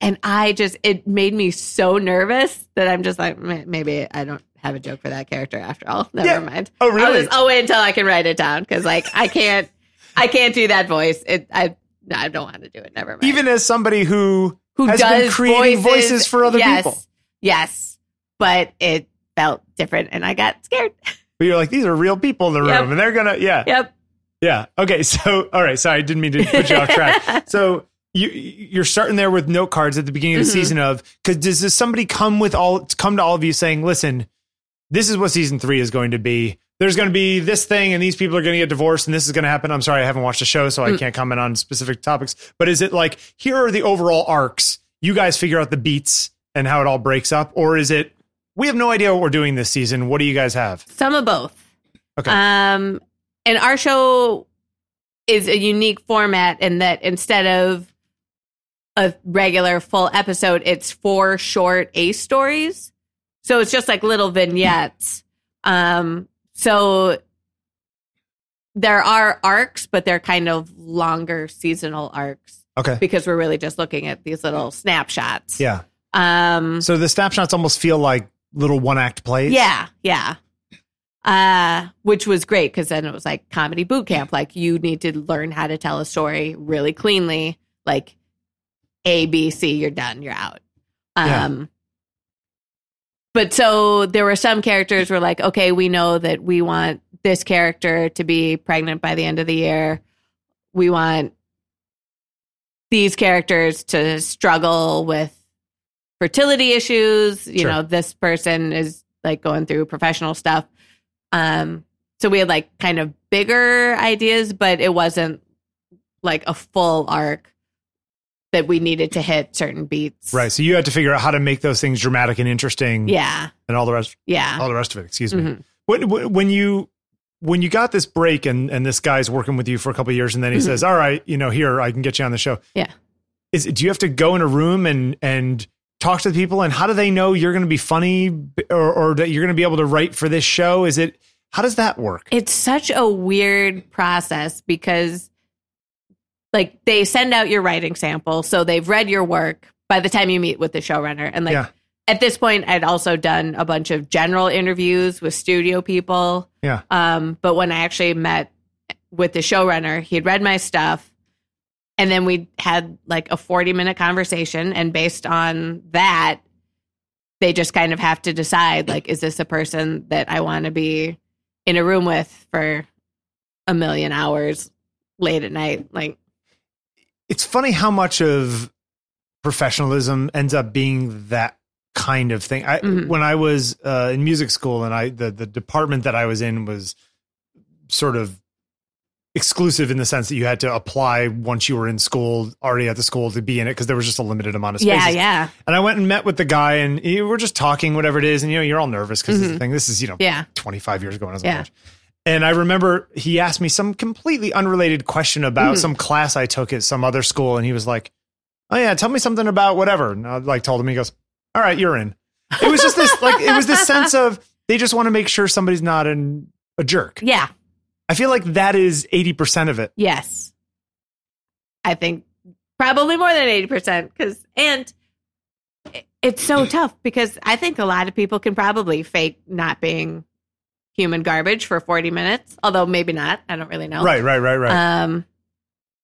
Speaker 2: and I just, it made me so nervous that I'm just like, "M- maybe I don't have a joke for that character after all. Never
Speaker 1: Yeah.
Speaker 2: mind.
Speaker 1: Oh,
Speaker 2: I'll, just, I'll wait until I can write it down. Cause like, I can't, I can't do that voice. It, I, I don't want to do it. Never mind
Speaker 1: Even as somebody who,
Speaker 2: who
Speaker 1: has
Speaker 2: does
Speaker 1: been creating voices for other
Speaker 2: yes,
Speaker 1: people.
Speaker 2: Yes, but it felt different, and I got scared.
Speaker 1: but you're like, these are real people in the room,
Speaker 2: Yep.
Speaker 1: and they're gonna, yeah,
Speaker 2: Yep.
Speaker 1: yeah. Okay, so all right, sorry, I didn't mean to put you off track. So you you're starting there with note cards at the beginning of the
Speaker 2: Mhm.
Speaker 1: season of because does this somebody come with all come to all of you saying, listen, this is what season three is going to be. There's going to be this thing, and these people are going to get divorced, and this is going to happen. I'm sorry, I haven't watched the show, so I can't comment on specific topics. But is it like here are the overall arcs? You guys figure out the beats and how it all breaks up, or is it we have no idea what we're doing this season? What do you guys have?
Speaker 2: Some of both.
Speaker 1: Okay.
Speaker 2: Um, and our show is a unique format in that instead of a regular full episode, it's four short A stories. So it's just like little vignettes. Um, so there are arcs, but they're kind of longer seasonal arcs.
Speaker 1: Okay.
Speaker 2: because we're really just looking at these little snapshots.
Speaker 1: Yeah.
Speaker 2: Um,
Speaker 1: So the snapshots almost feel like little one act plays.
Speaker 2: yeah, yeah. Uh, which was great because then it was like comedy boot camp. Like you need to learn how to tell a story really cleanly, like A, B, C, you're done, you're out.
Speaker 1: Yeah.
Speaker 2: Um but so there were some characters were like, okay, we know that we want this character to be pregnant by the end of the year. We want these characters to struggle with fertility issues. You
Speaker 1: Sure.
Speaker 2: know, this person is like going through professional stuff. Um, so we had like kind of bigger ideas, but it wasn't like a full arc that we needed to hit certain beats.
Speaker 1: Right. So you had to figure out how to make those things dramatic and interesting.
Speaker 2: Yeah.
Speaker 1: And all the rest,
Speaker 2: Yeah.
Speaker 1: all the rest of it. Excuse me.
Speaker 2: Mhm.
Speaker 1: When, when when you when you got this break and and this guy's working with you for a couple of years and then he
Speaker 2: Mhm.
Speaker 1: says, "All right, you know, here I can get you on the show."
Speaker 2: Yeah.
Speaker 1: Is do you have to go in a room and and talk to the people and how do they know you're going to be funny b- or or that you're going to be able to write for this show? Is it how does that work?
Speaker 2: It's such a weird process because, like, they send out your writing sample. So they've read your work by the time you meet with the showrunner. And, like,
Speaker 1: Yeah.
Speaker 2: at this point, I'd also done a bunch of general interviews with studio people.
Speaker 1: Yeah.
Speaker 2: Um, but when I actually met with the showrunner, he had read my stuff. And then we had like a 40 minute conversation. And based on that, they just kind of have to decide like, is this a person that I want to be in a room with for a million hours late at night? Like,
Speaker 1: it's funny how much of professionalism ends up being that kind of thing. I
Speaker 2: Mhm.
Speaker 1: when I was uh, in music school and I the the department that I was in was sort of exclusive in the sense that you had to apply once you were in school already at the school to be in it because there was just a limited amount of spaces.
Speaker 2: yeah, yeah,
Speaker 1: And I went and met with the guy and you we're just talking whatever it is and you know you're all nervous because
Speaker 2: Mhm.
Speaker 1: the thing this is you know
Speaker 2: yeah.
Speaker 1: 25 years ago when I was
Speaker 2: Yeah.
Speaker 1: yeah. And I remember he asked me some completely unrelated question about
Speaker 2: Mhm.
Speaker 1: some class I took at some other school. And he was like, Oh, yeah, tell me something about whatever. And I like told him, he goes, All right, you're in. It was just this, like, it was this sense of they just want to make sure somebody's not an, a jerk.
Speaker 2: Yeah.
Speaker 1: I feel like that is 80% of it.
Speaker 2: Yes. I think probably more than 80% cuz and it- it's so tough because I think a lot of people can probably fake not being human garbage for 40 minutes, although maybe not. I don't really know.
Speaker 1: Right, right, right, right.
Speaker 2: Um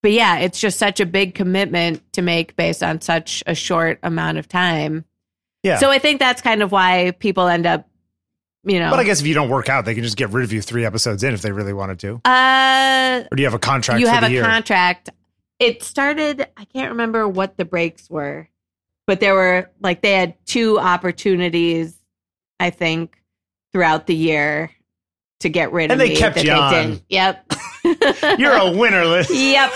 Speaker 2: but yeah, it's just such a big commitment to make based on such a short amount of time.
Speaker 1: Yeah.
Speaker 2: So I think that's kind of why people end up, you know,
Speaker 1: but I guess if you don't work out, they can just get rid of you three episodes in if they really wanted to.
Speaker 2: uh
Speaker 1: Or do you have a contract
Speaker 2: you
Speaker 1: for
Speaker 2: have
Speaker 1: the
Speaker 2: a
Speaker 1: year?
Speaker 2: contract it started i can't remember what the breaks were but there were like they had two opportunities i think throughout the year to get rid
Speaker 1: And
Speaker 2: of
Speaker 1: they
Speaker 2: me
Speaker 1: kept
Speaker 2: that
Speaker 1: you on.
Speaker 2: didn't. yep
Speaker 1: You're a winner, Liz.
Speaker 2: yep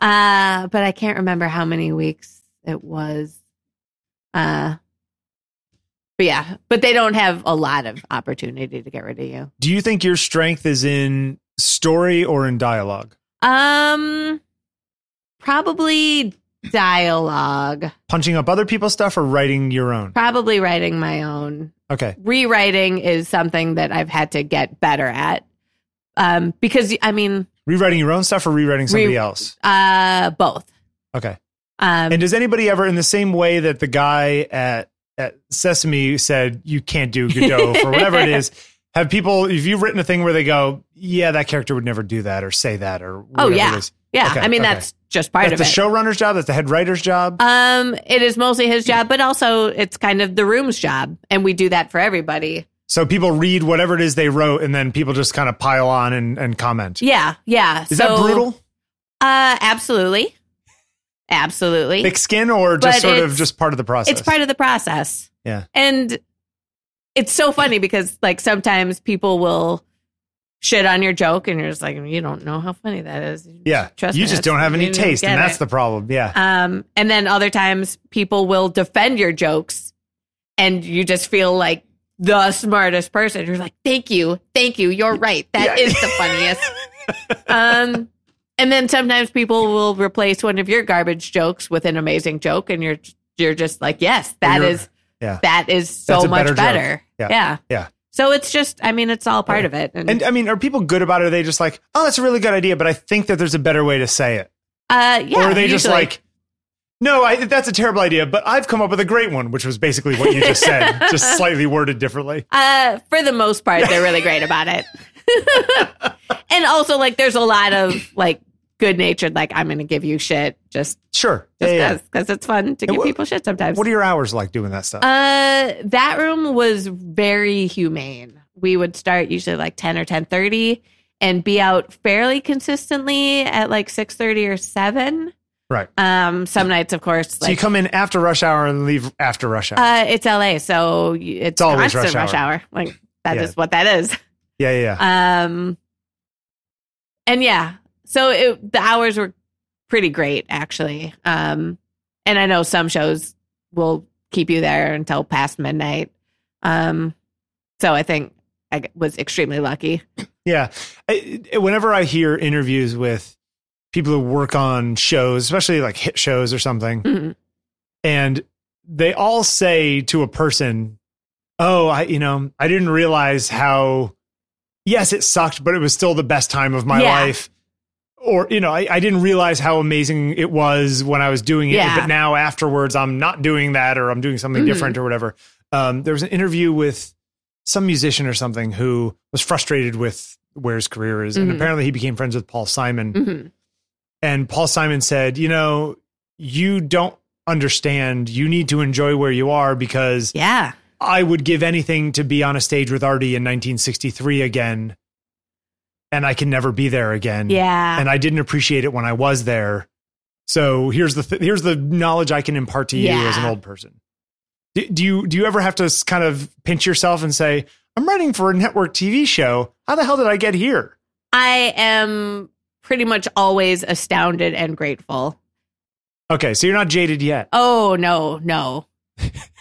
Speaker 2: uh but i can't remember how many weeks it was uh but yeah but they don't have a lot of opportunity to get rid of you
Speaker 1: Do you think your strength is in story or in dialogue?
Speaker 2: Um, probably dialogue.
Speaker 1: punching up other people's stuff or writing your own?
Speaker 2: Probably writing my own.
Speaker 1: Okay.
Speaker 2: Rewriting is something that I've had to get better at. Um, because I mean,
Speaker 1: Rewriting your own stuff or rewriting somebody
Speaker 2: Re-
Speaker 1: else?
Speaker 2: uh, both.
Speaker 1: Okay.
Speaker 2: Um,
Speaker 1: And does anybody ever, in the same way that the guy at, at Sesame said, you can't do Godot for whatever it is, have people, if you've written a thing where they go, yeah, that character would never do that or say that or whatever
Speaker 2: Oh, yeah.
Speaker 1: it is?
Speaker 2: yeah,
Speaker 1: okay,
Speaker 2: I mean
Speaker 1: okay.
Speaker 2: that's just part
Speaker 1: That's
Speaker 2: of
Speaker 1: the
Speaker 2: it.
Speaker 1: showrunner's job. That's the head writer's job.
Speaker 2: um, it is mostly his job, but also it's kind of the room's job, and we do that for everybody.
Speaker 1: so people read whatever it is they wrote and then people just kind of pile on and, and comment.
Speaker 2: Yeah, yeah.
Speaker 1: Is that
Speaker 2: so,
Speaker 1: brutal?
Speaker 2: Uh, absolutely, absolutely.
Speaker 1: Thick skin or just
Speaker 2: But
Speaker 1: sort of
Speaker 2: it's-
Speaker 1: just part of the process?
Speaker 2: It's part of the process.
Speaker 1: Yeah.
Speaker 2: And it's so funny because like sometimes people will shit on your joke and you're just like, you don't know how funny that is.
Speaker 1: yeah.
Speaker 2: Trust
Speaker 1: you
Speaker 2: me,
Speaker 1: just
Speaker 2: that's-
Speaker 1: don't have any
Speaker 2: you don't
Speaker 1: taste,
Speaker 2: get
Speaker 1: and that's
Speaker 2: it.
Speaker 1: the problem. Yeah.
Speaker 2: Um, and then other times people will defend your jokes and you just feel like the smartest person. You're like, thank you. Thank you. You're right. That
Speaker 1: Yeah.
Speaker 2: is the funniest. um, and then sometimes people will replace one of your garbage jokes with an amazing joke and you're, you're just like, yes, that
Speaker 1: you're-
Speaker 2: is,
Speaker 1: yeah.
Speaker 2: that is
Speaker 1: That's
Speaker 2: so
Speaker 1: a
Speaker 2: much
Speaker 1: better
Speaker 2: better.
Speaker 1: joke. Yeah. Yeah.
Speaker 2: So it's just, I mean, it's all part
Speaker 1: Yeah.
Speaker 2: of it. And, uh,
Speaker 1: And I mean, are people good about it? Are they just like, oh, that's a really good idea, but I think that there's a better way to say it?
Speaker 2: Uh, yeah.
Speaker 1: or are they just
Speaker 2: usually.
Speaker 1: like, no, I, that's a terrible idea, but I've come up with a great one, which was basically what you just said, just slightly worded differently.
Speaker 2: Uh, for the most part, they're really great about it. and also, like, there's a lot of like good natured, like, I'm going to give you shit just
Speaker 1: Sure.
Speaker 2: just
Speaker 1: Yeah, yeah.
Speaker 2: because it's fun to give
Speaker 1: what-
Speaker 2: people shit sometimes.
Speaker 1: What are your hours like doing that stuff?
Speaker 2: uh, that room was very humane. We would start usually like 10 or 10:30 and be out fairly consistently at like 6:30 or 7.
Speaker 1: right.
Speaker 2: Um, some nights, of course,
Speaker 1: so you
Speaker 2: like
Speaker 1: come in after rush hour and leave after rush hour.
Speaker 2: uh, it's LA, so y- it's,
Speaker 1: always
Speaker 2: constant
Speaker 1: rush
Speaker 2: rush hour. Like that is
Speaker 1: Yeah.
Speaker 2: what that is.
Speaker 1: yeah, yeah, yeah.
Speaker 2: Um, and yeah, so it, the hours were pretty great actually. Um, and I know some shows will keep you there until past midnight. Um, so I think I g- was extremely lucky.
Speaker 1: Yeah. I, I- whenever I hear interviews with people who work on shows, especially like hit shows or something,
Speaker 2: Mhm.
Speaker 1: and they all say to a person, "Oh, I you know, I didn't realize how yes, it sucked, but it was still the best time of my
Speaker 2: Yeah.
Speaker 1: life." Or, you know, I, I didn't realize how amazing it was when I was doing it,
Speaker 2: Yeah.
Speaker 1: but now afterwards I'm not doing that or I'm doing something
Speaker 2: Mhm.
Speaker 1: different or whatever. Um, there was an interview with some musician or something who was frustrated with where his career is.
Speaker 2: Mhm.
Speaker 1: And apparently he became friends with Paul Simon.
Speaker 2: Mhm.
Speaker 1: And Paul Simon said, You know, you don't understand. You need to enjoy where you are because
Speaker 2: Yeah.
Speaker 1: I would give anything to be on a stage with Artie in 1963 again. And I can never be there again.
Speaker 2: Yeah.
Speaker 1: And I didn't appreciate it when I was there. So here's the th- here's the knowledge I can impart to you
Speaker 2: Yeah.
Speaker 1: as an old person. Do, do you do you ever have to s- kind of pinch yourself and say, "I'm writing for a network TV show. How the hell did I get here?"
Speaker 2: I am pretty much always astounded and grateful
Speaker 1: Okay, so you're not jaded yet.
Speaker 2: Oh no, no.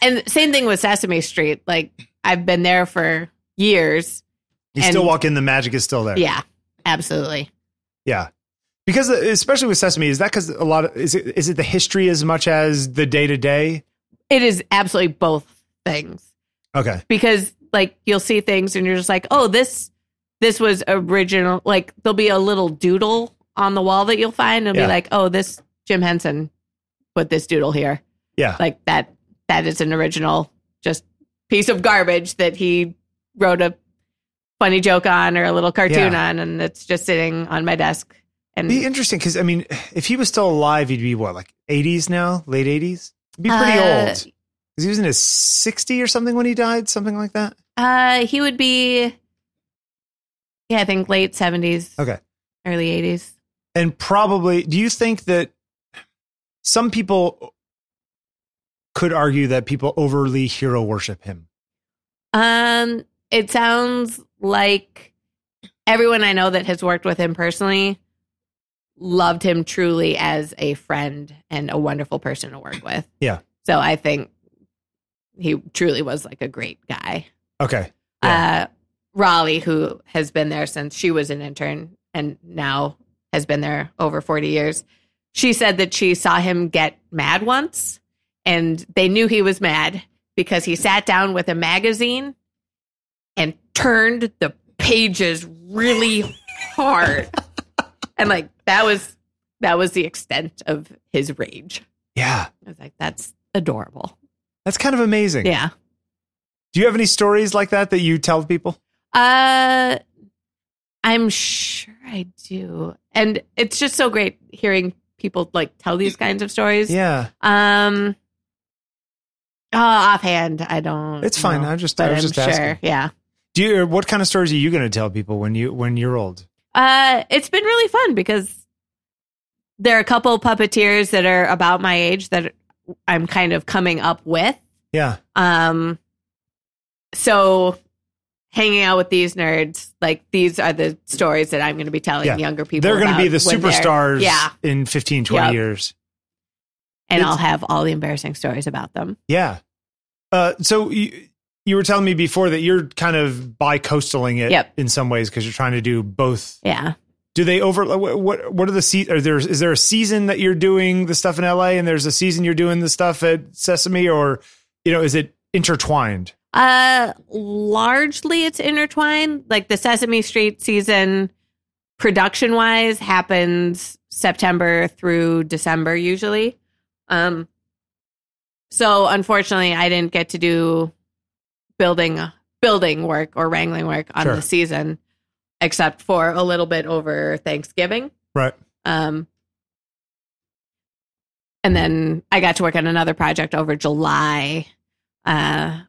Speaker 2: and same thing with Sesame Street. Like I've been there for years.
Speaker 1: You
Speaker 2: And-
Speaker 1: still walk in. The magic is still there.
Speaker 2: Yeah, absolutely.
Speaker 1: Yeah. Because uh, especially with Sesame, is that because a lot of is it is it the history as much as the day to day?
Speaker 2: It is absolutely both things
Speaker 1: Okay.
Speaker 2: because like you'll see things and you're just like, oh, this this was original. Like there'll be a little doodle on the wall that you'll find and
Speaker 1: Yeah.
Speaker 2: be like, oh, this Jim Henson put this doodle here.
Speaker 1: Yeah.
Speaker 2: Like that that is an original just piece of garbage that he wrote a funny joke on or a little cartoon
Speaker 1: Yeah.
Speaker 2: on and it's just sitting on my desk and
Speaker 1: Be interesting because I mean, if he was still alive, he'd be what like 80s now, late 80s. He'd be pretty
Speaker 2: Uh,
Speaker 1: old. 'Cause he was in his 60 or something when he died, something like that.
Speaker 2: uh he would be yeah, I think late 70s.
Speaker 1: Okay.
Speaker 2: Early 80s.
Speaker 1: and probably do you think that some people could argue that people overly hero worship him
Speaker 2: Um, it sounds like everyone I know that has worked with him personally loved him truly as a friend and a wonderful person to work with.
Speaker 1: Yeah.
Speaker 2: So I think he truly was like a great guy.
Speaker 1: okay Yeah.
Speaker 2: Uh, Raleigh, who has been there since she was an intern and now has been there over 40 years, she said that she saw him get mad once and they knew he was mad because he sat down with a magazine and turned the pages really hard. and like that was that was the extent of his rage.
Speaker 1: yeah
Speaker 2: I was like, that's adorable.
Speaker 1: that's kind of amazing
Speaker 2: Yeah.
Speaker 1: do you have any stories like that that you tell people
Speaker 2: Uh I'm sure I do. And it's just so great hearing people like tell these kinds of stories.
Speaker 1: yeah
Speaker 2: Um oh, offhand, I don't
Speaker 1: it's fine
Speaker 2: know,
Speaker 1: i'm just
Speaker 2: Mm-hmm. but
Speaker 1: i was
Speaker 2: I'm
Speaker 1: just
Speaker 2: sure.
Speaker 1: asking
Speaker 2: Yeah.
Speaker 1: do you what kind of stories are you going to tell people when you when you're old
Speaker 2: Uh, it's been really fun because there are a couple puppeteers that are about my age that I'm kind of coming up with.
Speaker 1: yeah
Speaker 2: Um, so hanging out with these nerds, like these are the stories that I'm going to be telling
Speaker 1: Yeah.
Speaker 2: younger people.
Speaker 1: they're going to
Speaker 2: about
Speaker 1: be the
Speaker 2: when they're-
Speaker 1: superstars
Speaker 2: Yeah.
Speaker 1: in 15 20
Speaker 2: Yep.
Speaker 1: years
Speaker 2: And
Speaker 1: It's-
Speaker 2: I'll have all the embarrassing stories about them.
Speaker 1: yeah uh, so you, you were telling me before that you're kind of bi-coastaling it
Speaker 2: Yep.
Speaker 1: in some ways because you're trying to do both
Speaker 2: Yeah.
Speaker 1: Do they over what what what are the se- are there is there a season that you're doing the stuff in LA and there's a season you're doing the stuff at Sesame or you know is it intertwined?
Speaker 2: Uh, largely it's intertwined. Like the Sesame Street season production wise happens September through December usually. Um, so unfortunately, I didn't get to do building building work or wrangling work on
Speaker 1: Sure.
Speaker 2: the season, except for a little bit over Thanksgiving.
Speaker 1: Right.
Speaker 2: Um, and then I got to work on another project over July. Uh,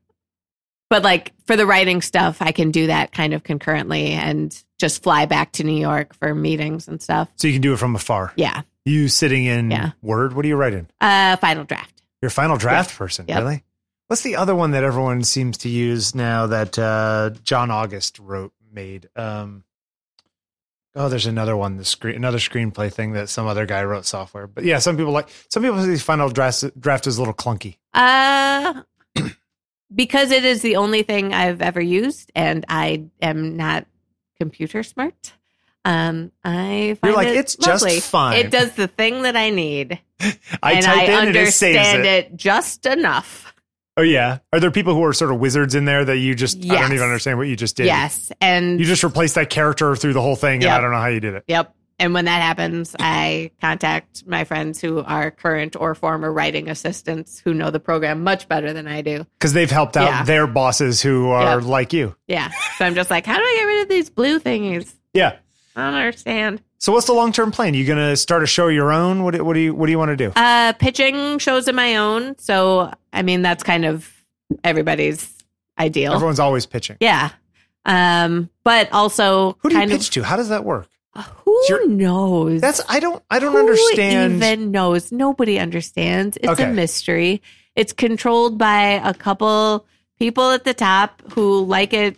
Speaker 2: but like for the writing stuff, I can do that kind of concurrently and just fly back to New York for meetings and stuff.
Speaker 1: So you can do it from afar.
Speaker 2: Yeah.
Speaker 1: You sitting in
Speaker 2: Yeah.
Speaker 1: Word. What do you write in?
Speaker 2: Uh, final draft.
Speaker 1: Your final draft person,
Speaker 2: Yep.
Speaker 1: really? What's the other one that everyone seems to use now that uh, John August wrote made? Um, oh, there's another one, the screen, another screenplay thing that some other guy wrote software. But yeah, some people like some people say final draft draft is a little clunky.
Speaker 2: Uh, because it is the only thing I've ever used, and I am not computer smart. Um, I find
Speaker 1: You're like
Speaker 2: it
Speaker 1: it's
Speaker 2: lovely.
Speaker 1: just fine.
Speaker 2: It does the thing that I need,
Speaker 1: I
Speaker 2: and
Speaker 1: type
Speaker 2: I
Speaker 1: in and it saves
Speaker 2: understand
Speaker 1: it.
Speaker 2: it. just enough.
Speaker 1: Oh yeah, are there people who are sort of wizards in there that you just I
Speaker 2: Yes.
Speaker 1: don't even understand what you just did?
Speaker 2: Yes, and
Speaker 1: you just replaced that character through the whole thing, and
Speaker 2: Yep.
Speaker 1: I don't know how you did it.
Speaker 2: Yep. And when that happens, I contact my friends who are current or former writing assistants who know the program much better than I do.
Speaker 1: because they've helped out
Speaker 2: Yeah.
Speaker 1: their bosses who are like you.
Speaker 2: Yeah. So I'm just like, how do I get rid of these blue thingies?
Speaker 1: Yeah.
Speaker 2: I don't understand.
Speaker 1: So what's the long term plan? You gonna start a show of your own? What do, what do you what do you want to do?
Speaker 2: Uh, pitching shows of my own. So, I mean, that's kind of everybody's ideal.
Speaker 1: Everyone's always pitching.
Speaker 2: yeah. Um, but also
Speaker 1: Who do you
Speaker 2: kind
Speaker 1: pitch to? How does that work?
Speaker 2: of who
Speaker 1: It's your-
Speaker 2: knows?
Speaker 1: That's I don't I don't
Speaker 2: Who
Speaker 1: understand.
Speaker 2: Even knows nobody understands. It's
Speaker 1: Okay.
Speaker 2: a mystery. It's controlled by a couple people at the top who like it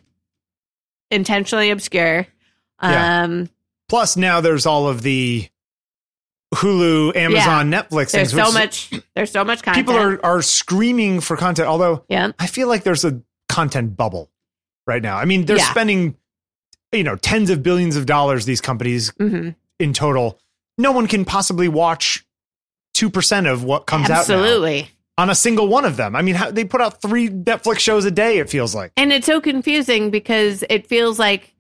Speaker 2: intentionally obscure.
Speaker 1: Yeah.
Speaker 2: Um,
Speaker 1: Plus now there's all of the Hulu, Amazon, Netflix things.
Speaker 2: there's so
Speaker 1: which
Speaker 2: much. There's so much content.
Speaker 1: people are are screaming for content. Although
Speaker 2: yeah.
Speaker 1: I feel like there's a content bubble right now. I mean they're
Speaker 2: Yeah.
Speaker 1: spending you know tens of billions of dollars these companies
Speaker 2: hmm
Speaker 1: in total, no one can possibly watch two percent of what comes out now
Speaker 2: Absolutely.
Speaker 1: on a single one of them. I mean, how, they put out three Netflix shows a day. It feels like
Speaker 2: And it's so confusing because it feels like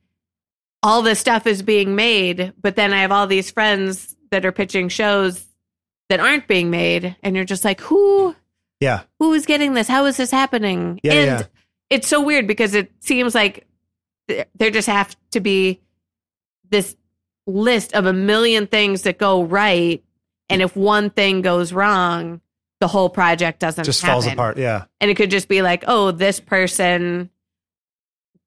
Speaker 2: all this stuff is being made, but then I have all these friends that are pitching shows that aren't being made, and you're just like, who
Speaker 1: yeah,
Speaker 2: who is getting this? How is this happening?
Speaker 1: Yeah,
Speaker 2: and
Speaker 1: yeah.
Speaker 2: it's so weird because it seems like th- there just have to be this list of a million things that go right, and if one thing goes wrong, the whole project doesn't
Speaker 1: just
Speaker 2: happen.
Speaker 1: falls apart. Yeah,
Speaker 2: And it could just be like, oh, this person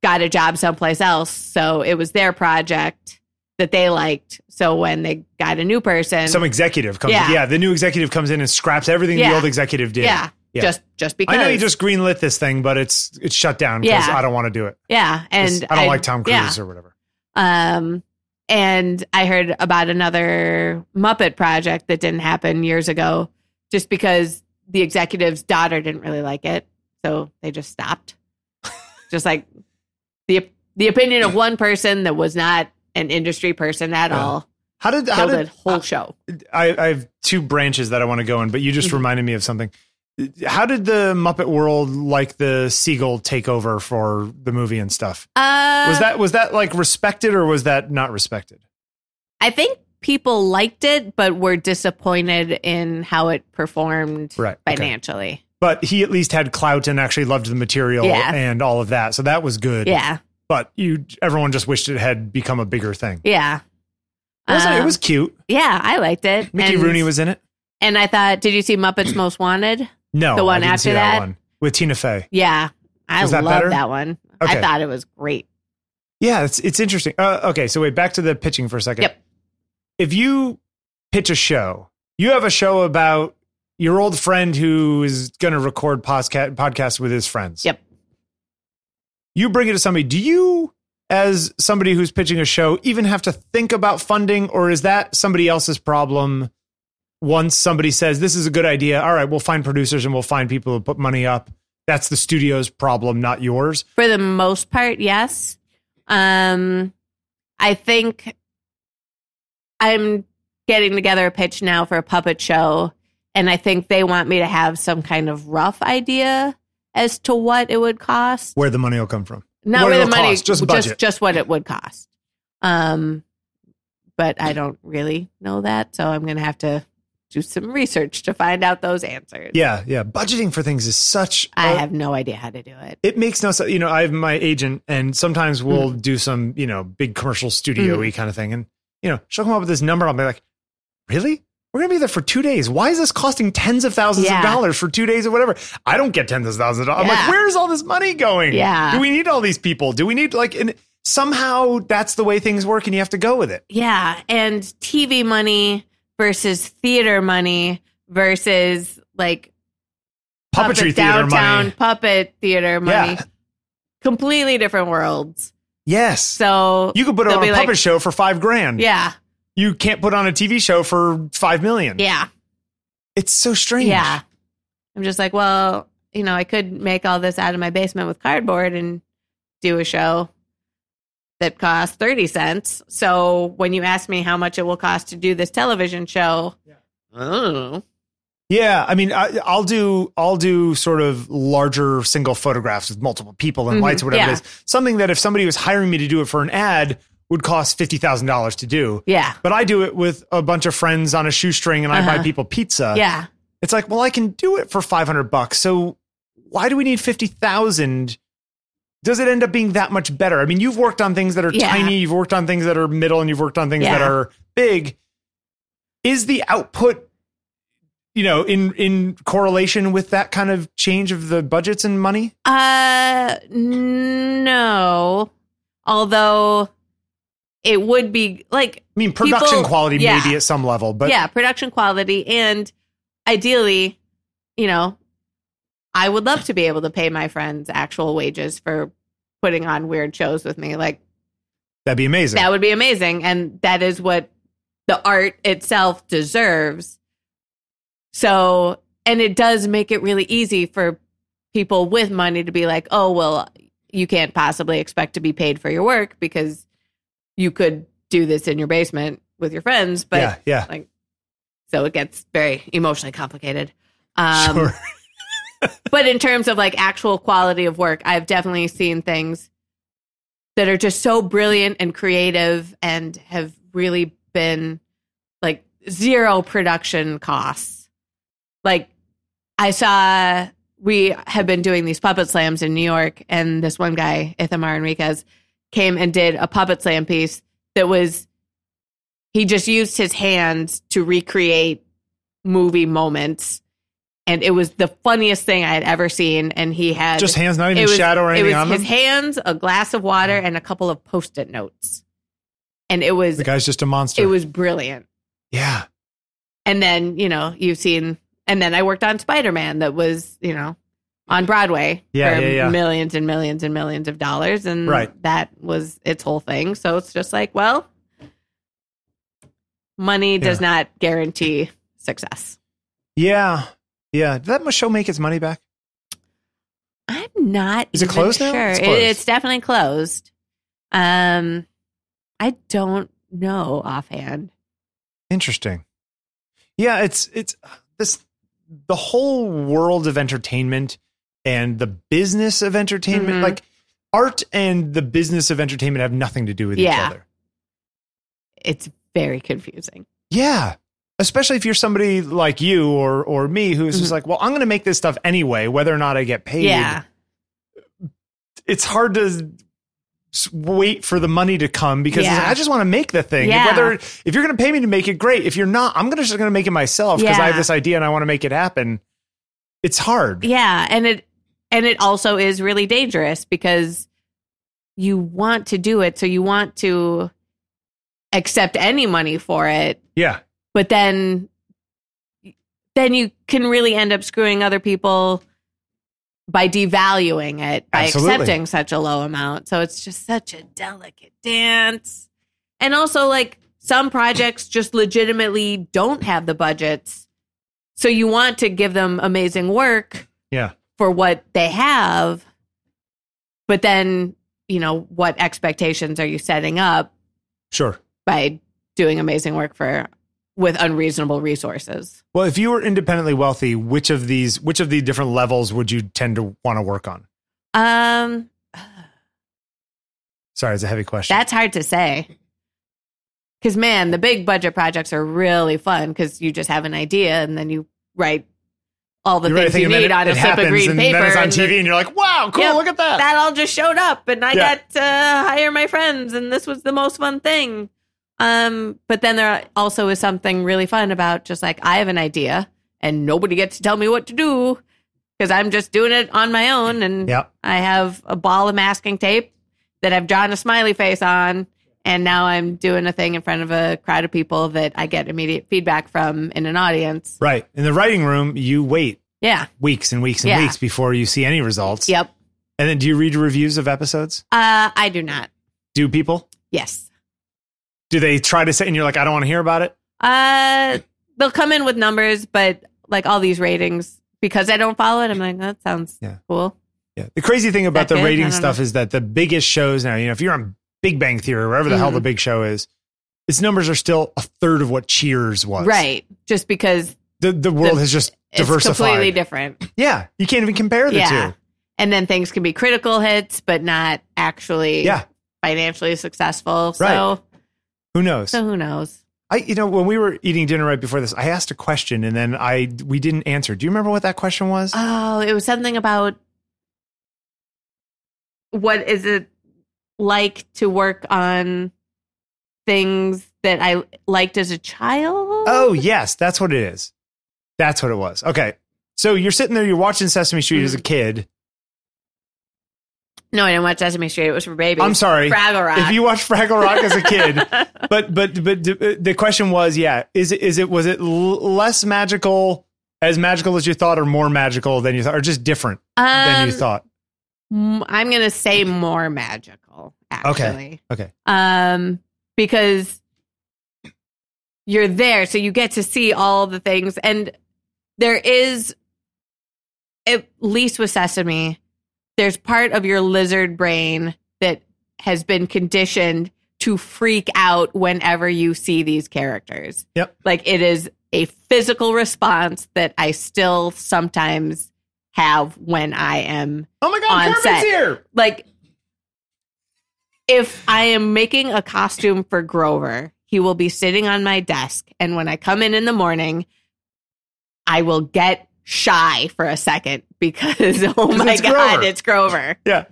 Speaker 2: got a job someplace else, so it was their project that they liked. So when they got a new person,
Speaker 1: some executive comes.
Speaker 2: Yeah.
Speaker 1: Yeah. the new executive comes in and scraps everything
Speaker 2: Yeah.
Speaker 1: the old executive did.
Speaker 2: yeah,
Speaker 1: Yeah.
Speaker 2: just just because
Speaker 1: I know you just greenlit this thing, but it's it's shut down because
Speaker 2: Yeah.
Speaker 1: I don't want to do it.
Speaker 2: yeah,
Speaker 1: 'Cause
Speaker 2: and
Speaker 1: I don't like Tom Cruise
Speaker 2: yeah.
Speaker 1: or whatever.
Speaker 2: Um, and I heard about another Muppet project that didn't happen years ago just because the executive's daughter didn't really like it. So they just stopped. just like the the opinion of one person that was not an industry person at
Speaker 1: Yeah.
Speaker 2: all
Speaker 1: How did how
Speaker 2: killed the
Speaker 1: did
Speaker 2: whole show.
Speaker 1: I, I have two branches that I want to go in, but you just
Speaker 2: Mhm.
Speaker 1: reminded me of something. How did the Muppet World like the Seagull take over for the movie and stuff?
Speaker 2: Uh,
Speaker 1: was that was that like respected or was that not respected?
Speaker 2: I think people liked it, but were disappointed in how it performed
Speaker 1: Right. Okay.
Speaker 2: financially.
Speaker 1: But he at least had clout and actually loved the material
Speaker 2: Yeah.
Speaker 1: and all of that. So that was good.
Speaker 2: Yeah,
Speaker 1: But you everyone just wished it had become a bigger thing.
Speaker 2: yeah.
Speaker 1: It was, it
Speaker 2: Um,
Speaker 1: was cute.
Speaker 2: Yeah, I liked it.
Speaker 1: Mickey
Speaker 2: And-
Speaker 1: Rooney was in it.
Speaker 2: And I thought, did you see Muppets Most Wanted?
Speaker 1: No.
Speaker 2: the one
Speaker 1: I didn't
Speaker 2: after
Speaker 1: see
Speaker 2: that?
Speaker 1: one. With Tina Fey.
Speaker 2: Yeah, I
Speaker 1: Was that
Speaker 2: love
Speaker 1: better?
Speaker 2: that one.
Speaker 1: Okay.
Speaker 2: I thought it was great.
Speaker 1: Yeah, it's it's interesting. Uh, okay, so wait, back to the pitching for a second.
Speaker 2: Yep.
Speaker 1: If you pitch a show, you have a show about your old friend who is going to record podcast podcast with his friends.
Speaker 2: Yep.
Speaker 1: You bring it to somebody. Do you, as somebody who's pitching a show, even have to think about funding, or is that somebody else's problem? Once somebody says this is a good idea, all right, we'll find producers and we'll find people to put money up. That's the studio's problem, not yours.
Speaker 2: For the most part, yes. Um, I think I'm getting together a pitch now for a puppet show, and I think they want me to have some kind of rough idea as to what it would cost.
Speaker 1: Where the money will come from.
Speaker 2: Not
Speaker 1: What
Speaker 2: where the
Speaker 1: it'll
Speaker 2: money,
Speaker 1: cost, just budget.
Speaker 2: just just what it would cost. Um, but I don't really know that. So I'm going to have to do some research to find out those answers.
Speaker 1: Yeah, yeah. Budgeting for things is such.
Speaker 2: I
Speaker 1: a-
Speaker 2: have no idea how to do it.
Speaker 1: it makes no sense. You know, I have my agent, and
Speaker 2: Mm.
Speaker 1: sometimes we'll do some, you know, big commercial studio y kind of thing. And, you know, she'll come up with this number. I'll be like, really? We're going to be there for two days. Why is this costing tens of thousands
Speaker 2: Yeah.
Speaker 1: of dollars for two days or whatever? I don't get tens of thousands of dollars. I'm
Speaker 2: Yeah.
Speaker 1: like, where's all this money going?
Speaker 2: Yeah.
Speaker 1: Do we need all these people? Do we need, like, and somehow that's the way things work and you have to go with it.
Speaker 2: Yeah. And TV money versus theater money versus like
Speaker 1: Puppetry
Speaker 2: puppet
Speaker 1: theater
Speaker 2: downtown
Speaker 1: money.
Speaker 2: puppet theater money.
Speaker 1: Yeah.
Speaker 2: Completely different worlds.
Speaker 1: Yes.
Speaker 2: So
Speaker 1: you could put
Speaker 2: they'll
Speaker 1: on a
Speaker 2: be like-
Speaker 1: puppet show for five grand.
Speaker 2: yeah,
Speaker 1: You can't put on a TV show for five million.
Speaker 2: yeah,
Speaker 1: It's so strange.
Speaker 2: yeah. I'm just like, well, you know, I could make all this out of my basement with cardboard and do a show that costs 30 cents. So when you ask me how much it will cost to do this television show, I don't know.
Speaker 1: Yeah, I mean, I, I'll do I'll do sort of larger single photographs with multiple people and
Speaker 2: Mhm,
Speaker 1: lights, or whatever
Speaker 2: yeah.
Speaker 1: it is. Something that if somebody was hiring me to do it for an ad would cost fifty thousand dollars to do.
Speaker 2: Yeah.
Speaker 1: But I do it with a bunch of friends on a shoestring, and I buy
Speaker 2: Uh-huh.
Speaker 1: people pizza.
Speaker 2: yeah.
Speaker 1: it's like, well, I can do it for five hundred bucks. So why do we need fifty thousand? Does it end up being that much better? I mean, you've worked on things that are
Speaker 2: Yeah.
Speaker 1: tiny, you've worked on things that are middle, and you've worked on things that
Speaker 2: Yeah.
Speaker 1: are big. Is the output, you know, in in correlation with that kind of change of the budgets and money?
Speaker 2: Uh, no. Although it would be like,
Speaker 1: I mean, production
Speaker 2: People-
Speaker 1: quality
Speaker 2: yeah.
Speaker 1: maybe at some level, but
Speaker 2: yeah, production quality. And ideally, you know, I would love to be able to pay my friends actual wages for putting on weird shows with me. Like,
Speaker 1: that'd be amazing.
Speaker 2: that would be amazing. And that is what the art itself deserves. So, and it does make it really easy for people with money to be like, oh, well, you can't possibly expect to be paid for your work because you could do this in your basement with your friends. But
Speaker 1: yeah, yeah,
Speaker 2: so it gets very emotionally complicated. Um,
Speaker 1: sure.
Speaker 2: but in terms of like actual quality of work, I've definitely seen things that are just so brilliant and creative and have really been like zero production costs. Like I saw we have been doing these puppet slams in New York and this one guy, Ithamar Enriquez, came and did a puppet slam piece that was he just used his hands to recreate movie moments and it was the funniest thing I had ever seen and he had
Speaker 1: Just hands, not even
Speaker 2: it was-
Speaker 1: shadow or anything
Speaker 2: it was
Speaker 1: on
Speaker 2: his
Speaker 1: them.
Speaker 2: hands, a glass of water, and a couple of post-it notes. And it was
Speaker 1: The guy's just a monster.
Speaker 2: it was brilliant.
Speaker 1: yeah,
Speaker 2: And then, you know, you've seen and then I worked on Spider-Man that was, you know, on Broadway
Speaker 1: Yeah,
Speaker 2: for
Speaker 1: yeah, yeah.
Speaker 2: millions and millions and millions of dollars and
Speaker 1: Right.
Speaker 2: that was its whole thing. So it's just like, well, money does not guarantee success.
Speaker 1: yeah, yeah. Did that show make its money back?
Speaker 2: I'm not.
Speaker 1: Is it
Speaker 2: even
Speaker 1: closed now?
Speaker 2: sure.
Speaker 1: It's
Speaker 2: It-
Speaker 1: closed.
Speaker 2: it's definitely closed. Um, I don't know offhand.
Speaker 1: Interesting. Yeah, it's it's this the whole world of entertainment and the business of entertainment
Speaker 2: Mhm.
Speaker 1: like art and the business of entertainment have nothing to do with
Speaker 2: Yeah.
Speaker 1: each other.
Speaker 2: It's very confusing.
Speaker 1: Yeah. Especially if you're somebody like you or or me who's just like, "Well, I'm going to make this stuff anyway whether or not I get paid."
Speaker 2: Mm-hmm. Yeah,
Speaker 1: It's hard to s- wait for the money to come because it's
Speaker 2: Yeah.
Speaker 1: like, I just want to make the thing.
Speaker 2: Yeah.
Speaker 1: Whether if you're going to pay me to make it great, if you're not, I'm going to just going to make it myself because I
Speaker 2: Yeah.
Speaker 1: have this idea and I want to make it happen. It's hard.
Speaker 2: yeah, and it and it also is really dangerous because you want to do it, so you want to accept any money for it,
Speaker 1: Yeah.
Speaker 2: but then then you can really end up screwing other people by devaluing it by
Speaker 1: Absolutely.
Speaker 2: accepting such a low amount so it's just such a delicate dance and also like some projects just legitimately don't have the budgets so you want to give them amazing work
Speaker 1: Yeah.
Speaker 2: for what they have but then you know what expectations are you setting up
Speaker 1: Sure.
Speaker 2: by doing amazing work for with unreasonable resources.
Speaker 1: Well, if you were independently wealthy, which of these, which of the different levels would you tend to want to work on?
Speaker 2: Um
Speaker 1: Sorry, it's a heavy question.
Speaker 2: that's hard to say. Because man, the big budget projects are really fun because you just have an idea and then you write all the
Speaker 1: You really
Speaker 2: things
Speaker 1: think
Speaker 2: you
Speaker 1: and then
Speaker 2: need
Speaker 1: it-
Speaker 2: on
Speaker 1: it
Speaker 2: a slip of
Speaker 1: happens,
Speaker 2: green
Speaker 1: and
Speaker 2: paper.
Speaker 1: Then it's on
Speaker 2: and
Speaker 1: TV, and you're like, "Wow, cool!
Speaker 2: Yeah,
Speaker 1: look at that!"
Speaker 2: that all just showed up and I
Speaker 1: Yeah.
Speaker 2: got to hire my friends and this was the most fun thing. Um, but then there also is something really fun about just like I have an idea and nobody gets to tell me what to do because I'm just doing it on my own and
Speaker 1: Yep.
Speaker 2: I have a ball of masking tape that I've drawn a smiley face on and now I'm doing a thing in front of a crowd of people that I get immediate feedback from in an audience.
Speaker 1: Right. In the writing room, you wait
Speaker 2: Yeah.
Speaker 1: weeks and weeks and
Speaker 2: Yeah.
Speaker 1: weeks before you see any results.
Speaker 2: Yep.
Speaker 1: And then do you read reviews of episodes?
Speaker 2: Uh, I do not.
Speaker 1: Do people?
Speaker 2: Yes.
Speaker 1: Do they try to say and you're like, I don't want to hear about it?
Speaker 2: Uh, they'll come in with numbers, but like all these ratings, because I don't follow it, I'm like, that sounds
Speaker 1: Yeah.
Speaker 2: cool.
Speaker 1: Yeah. The crazy thing about
Speaker 2: that
Speaker 1: the
Speaker 2: good? I
Speaker 1: rating
Speaker 2: don't
Speaker 1: stuff is that the biggest shows now, you know, if you're on Big Bang Theory or wherever the hell
Speaker 2: Mhm.
Speaker 1: the big show is, its numbers are still a third of what Cheers was.
Speaker 2: Right. Just because
Speaker 1: The the world
Speaker 2: The-
Speaker 1: has just
Speaker 2: it's
Speaker 1: diversified.
Speaker 2: completely different.
Speaker 1: yeah. You can't even compare the
Speaker 2: Yeah.
Speaker 1: two.
Speaker 2: And then things can be critical hits, but not actually
Speaker 1: Yeah.
Speaker 2: financially successful. So,
Speaker 1: Right. Who knows?
Speaker 2: so who knows?
Speaker 1: I you know, when we were eating dinner right before this, I asked a question and then I we didn't answer. Do you remember what that question was?
Speaker 2: Oh, it was something about what is it like to work on things that I liked as a child?
Speaker 1: Oh, yes, that's what it is. That's what it was. Okay. So you're sitting there, you're watching Sesame Street
Speaker 2: Mm-hmm.
Speaker 1: as a kid.
Speaker 2: No, I didn't watch Sesame Street. It was for babies.
Speaker 1: I'm sorry.
Speaker 2: Fraggle Rock.
Speaker 1: If you watched Fraggle Rock as a kid, but but but d- uh, the question was, yeah, is it is it was it l- less magical as magical as you thought or more magical than you thought or just different than you
Speaker 2: Um,
Speaker 1: thought?
Speaker 2: m- I'm gonna say more magical. Actually,
Speaker 1: Okay.
Speaker 2: Um, because you're there, so you get to see all the things, and there is, at least with Sesame, there's part of your lizard brain that has been conditioned to freak out whenever you see these characters.
Speaker 1: Yep.
Speaker 2: Like it is a physical response that I still sometimes have when I am
Speaker 1: Oh my
Speaker 2: on
Speaker 1: god, Kermit's
Speaker 2: set.
Speaker 1: here.
Speaker 2: like if I am making a costume for Grover, he will be sitting on my desk and when I come in in the morning, I will get shy for a second because oh my
Speaker 1: it's
Speaker 2: god,
Speaker 1: Grover.
Speaker 2: it's Grover.
Speaker 1: Yeah.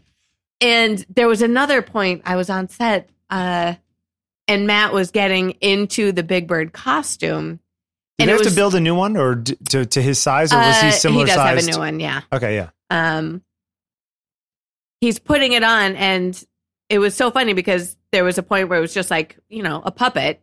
Speaker 2: And there was another point I was on set, uh, and Matt was getting into the Big Bird costume.
Speaker 1: Did
Speaker 2: and
Speaker 1: they
Speaker 2: it
Speaker 1: have to
Speaker 2: was-
Speaker 1: build a new one or d- to to his size or was
Speaker 2: Uh,
Speaker 1: he similar
Speaker 2: does
Speaker 1: sized?
Speaker 2: have a new one, yeah.
Speaker 1: Okay, yeah.
Speaker 2: Um, he's putting it on, and it was so funny because there was a point where it was just like you know a puppet,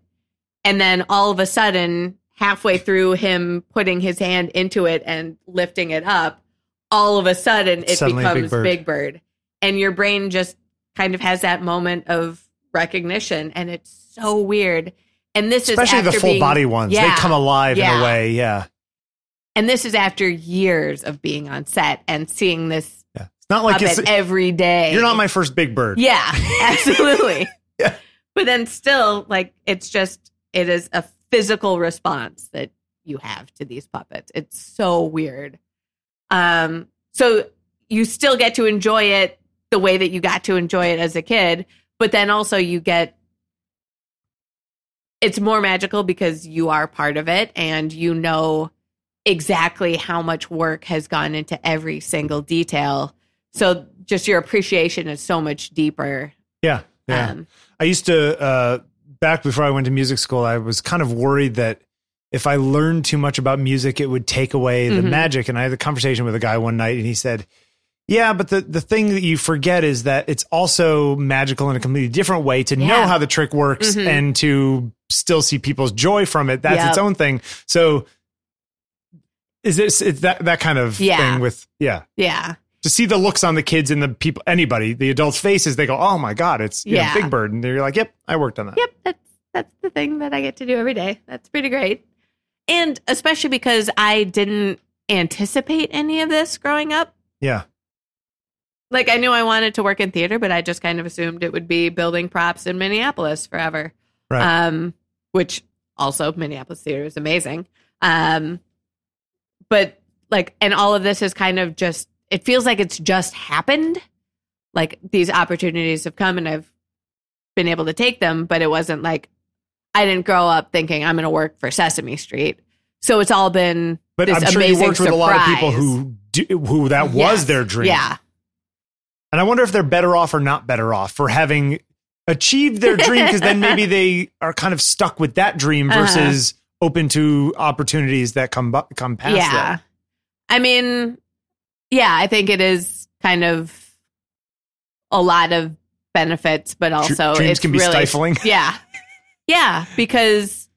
Speaker 2: and then all of a sudden, halfway through him putting his hand into it and lifting it up, all of a sudden it
Speaker 1: Suddenly Big
Speaker 2: becomes
Speaker 1: Bird.
Speaker 2: Big Bird, and your brain just kind of has that moment of recognition, and it's so weird. And this
Speaker 1: Especially
Speaker 2: is after
Speaker 1: the full
Speaker 2: being-
Speaker 1: body ones.
Speaker 2: Yeah.
Speaker 1: They come alive in
Speaker 2: Yeah.
Speaker 1: a way, yeah.
Speaker 2: and this is after years of being on set and seeing this
Speaker 1: Yeah. It's not like
Speaker 2: puppet
Speaker 1: it's
Speaker 2: every day.
Speaker 1: you're not my first big bird.
Speaker 2: Yeah, absolutely.
Speaker 1: Yeah.
Speaker 2: But then still, like, it's just, it is a physical response that you have to these puppets. It's so weird. Um, so you still get to enjoy it the way that you got to enjoy it as a kid, but then also you get, it's more magical because you are part of it and you know exactly how much work has gone into every single detail. So just your appreciation is so much deeper.
Speaker 1: Yeah. Yeah.
Speaker 2: Um,
Speaker 1: I used to uh, back before I went to music school. I was kind of worried that if I learned too much about music, it would take away the
Speaker 2: Mhm.
Speaker 1: magic. And I had a conversation with a guy one night, and he said, "Yeah, but the the thing that you forget is that it's also magical in a completely different way to know
Speaker 2: Yeah.
Speaker 1: how the trick works
Speaker 2: Mhm.
Speaker 1: and to still see people's joy from it. That's
Speaker 2: Yep.
Speaker 1: its own thing." So. Is this it's that that kind of
Speaker 2: Yeah.
Speaker 1: thing with yeah
Speaker 2: yeah.
Speaker 1: to see the looks on the kids and the people anybody the adults faces they go oh my god it's you know,
Speaker 2: Yeah.
Speaker 1: big bird and they're like yep I worked on that
Speaker 2: Yep, that's that's the thing that I get to do every day. That's pretty great. And especially because I didn't anticipate any of this growing up.
Speaker 1: Yeah.
Speaker 2: Like I knew I wanted to work in theater, but I just kind of assumed it would be building props in Minneapolis forever.
Speaker 1: Right.
Speaker 2: Um which also Minneapolis theater is amazing. Um but like and all of this is kind of just it feels like it's just happened. Like these opportunities have come and I've been able to take them, but it wasn't like I didn't grow up thinking I'm going to work for Sesame Street. So it's all been
Speaker 1: But
Speaker 2: this
Speaker 1: I'm sure you
Speaker 2: amazing
Speaker 1: worked with a lot of people
Speaker 2: surprise.
Speaker 1: who do, who that was
Speaker 2: Yes.
Speaker 1: their dream.
Speaker 2: Yeah.
Speaker 1: And I wonder if they're better off or not better off for having achieved their dream because then maybe they are kind of stuck with that dream
Speaker 2: Uh-huh.
Speaker 1: versus open to opportunities that come bu- come past
Speaker 2: yeah.
Speaker 1: that.
Speaker 2: I mean, yeah, I think it is kind of a lot of benefits, but
Speaker 1: Dr-
Speaker 2: also
Speaker 1: dreams
Speaker 2: it's
Speaker 1: can be
Speaker 2: really,
Speaker 1: stifling.
Speaker 2: Yeah. Yeah. Because,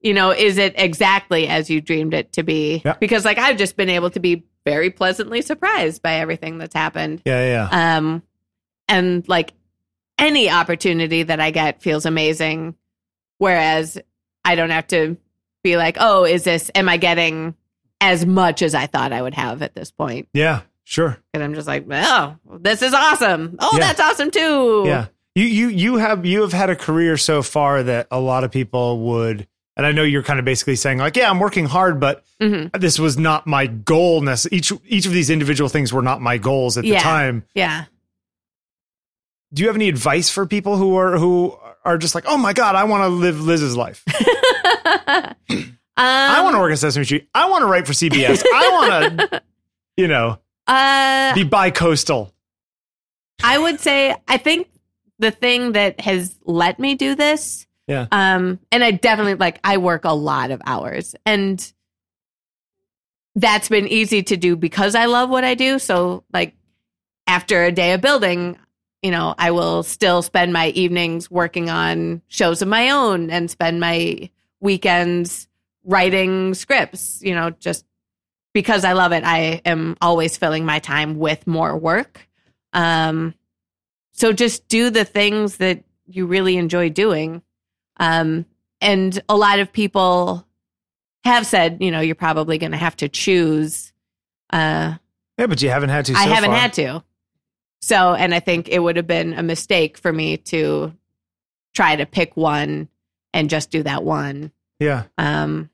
Speaker 2: you know, is it exactly as you dreamed it to be?
Speaker 1: Yeah.
Speaker 2: Because, like, I've just been able to be very pleasantly surprised by everything that's happened.
Speaker 1: Yeah, yeah.
Speaker 2: Um, and like any opportunity that I get feels amazing. Whereas I don't have to be like, oh, is this, am I getting as much as I thought I would have at this point?
Speaker 1: Yeah, sure.
Speaker 2: And I'm just like, oh, this is awesome. Oh,
Speaker 1: Yeah.
Speaker 2: that's awesome too.
Speaker 1: Yeah. You you you have you have had a career so far that a lot of people would and I know you're kind of basically saying like, yeah, I'm working hard, but
Speaker 2: Mhm.
Speaker 1: this was not my goal. necess- Each each of these individual things were not my goals at the
Speaker 2: Yeah.
Speaker 1: time.
Speaker 2: Yeah.
Speaker 1: Do you have any advice for people who are who are just like, oh my god, I want to live Liz's life. I
Speaker 2: Um,
Speaker 1: want to work at Sesame Street. I want to write for CBS. I want to, you know,
Speaker 2: Uh,
Speaker 1: be bi-coastal.
Speaker 2: I would say I think the thing that has let me do this,
Speaker 1: Yeah.
Speaker 2: Um, and I definitely like I work a lot of hours, and that's been easy to do because I love what I do. So like after a day of building, you know, I will still spend my evenings working on shows of my own and spend my weekends writing scripts. You know, just because I love it, I am always filling my time with more work. Um, so just do the things that you really enjoy doing. Um, and a lot of people have said, you know, you're probably going to have to choose. Uh,
Speaker 1: Yeah, but you haven't had to. So
Speaker 2: I haven't
Speaker 1: far.
Speaker 2: had to. So, and I think it would have been a mistake for me to try to pick one and just do that one
Speaker 1: Yeah,
Speaker 2: um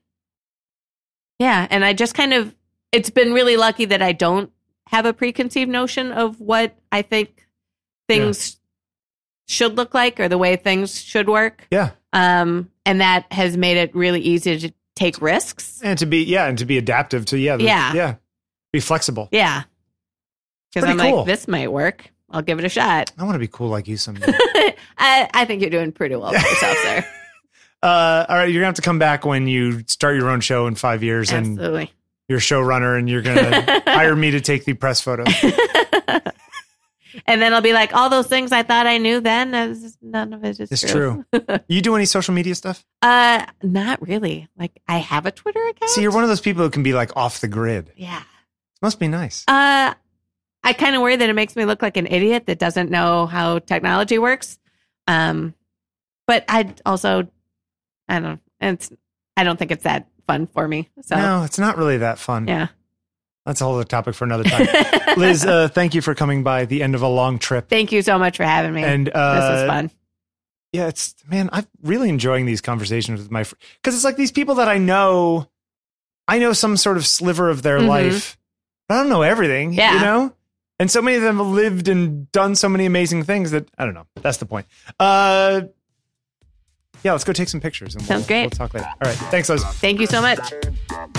Speaker 2: yeah and i just kind of it's been really lucky that i don't have a preconceived notion of what i think things should look like or the way things should work
Speaker 1: yeah,
Speaker 2: um and that has made it really easy to take risks
Speaker 1: and to be yeah, and to be adaptive to yeah, the-
Speaker 2: Yeah.
Speaker 1: yeah, be flexible.
Speaker 2: yeah because
Speaker 1: Pretty
Speaker 2: i'm
Speaker 1: cool.
Speaker 2: like this might work i'll give it a shot
Speaker 1: I want to be cool like you someday.
Speaker 2: I, I think you're doing pretty well for yourself sir
Speaker 1: uh, all right, you're gonna have to come back when you start your own show in five years, and
Speaker 2: absolutely
Speaker 1: you're a showrunner, and you're gonna hire me to take the press photo.
Speaker 2: and then i'll be like all those things i thought i knew then uh, none of it is
Speaker 1: It's
Speaker 2: true.
Speaker 1: true. You do any social media stuff?
Speaker 2: Uh, not really. Like I have a Twitter account.
Speaker 1: See, you're one of those people who can be like off the grid.
Speaker 2: yeah.
Speaker 1: Must be nice.
Speaker 2: Uh, I kind of worry that it makes me look like an idiot that doesn't know how technology works. Um, but I also, I don't. It's I don't think it's that fun for me. So
Speaker 1: No, it's not really that fun.
Speaker 2: yeah.
Speaker 1: That's a whole other topic for another time. Liz, uh, thank you for coming by the end of a long trip.
Speaker 2: Thank you so much for having me.
Speaker 1: And
Speaker 2: this
Speaker 1: uh,
Speaker 2: was fun.
Speaker 1: yeah, it's man, I'm really enjoying these conversations with my because it's like these people that I know, I know some sort of sliver of their
Speaker 2: Mhm.
Speaker 1: life, but I don't know everything. you
Speaker 2: Yeah.
Speaker 1: know. And so many of them have lived and done so many amazing things that I don't know. That's the point. Uh, yeah, let's go take some pictures and
Speaker 2: Sounds
Speaker 1: we'll,
Speaker 2: great.
Speaker 1: we'll talk later. All right, thanks, Liz.
Speaker 2: Thank you so much.
Speaker 3: Thank you.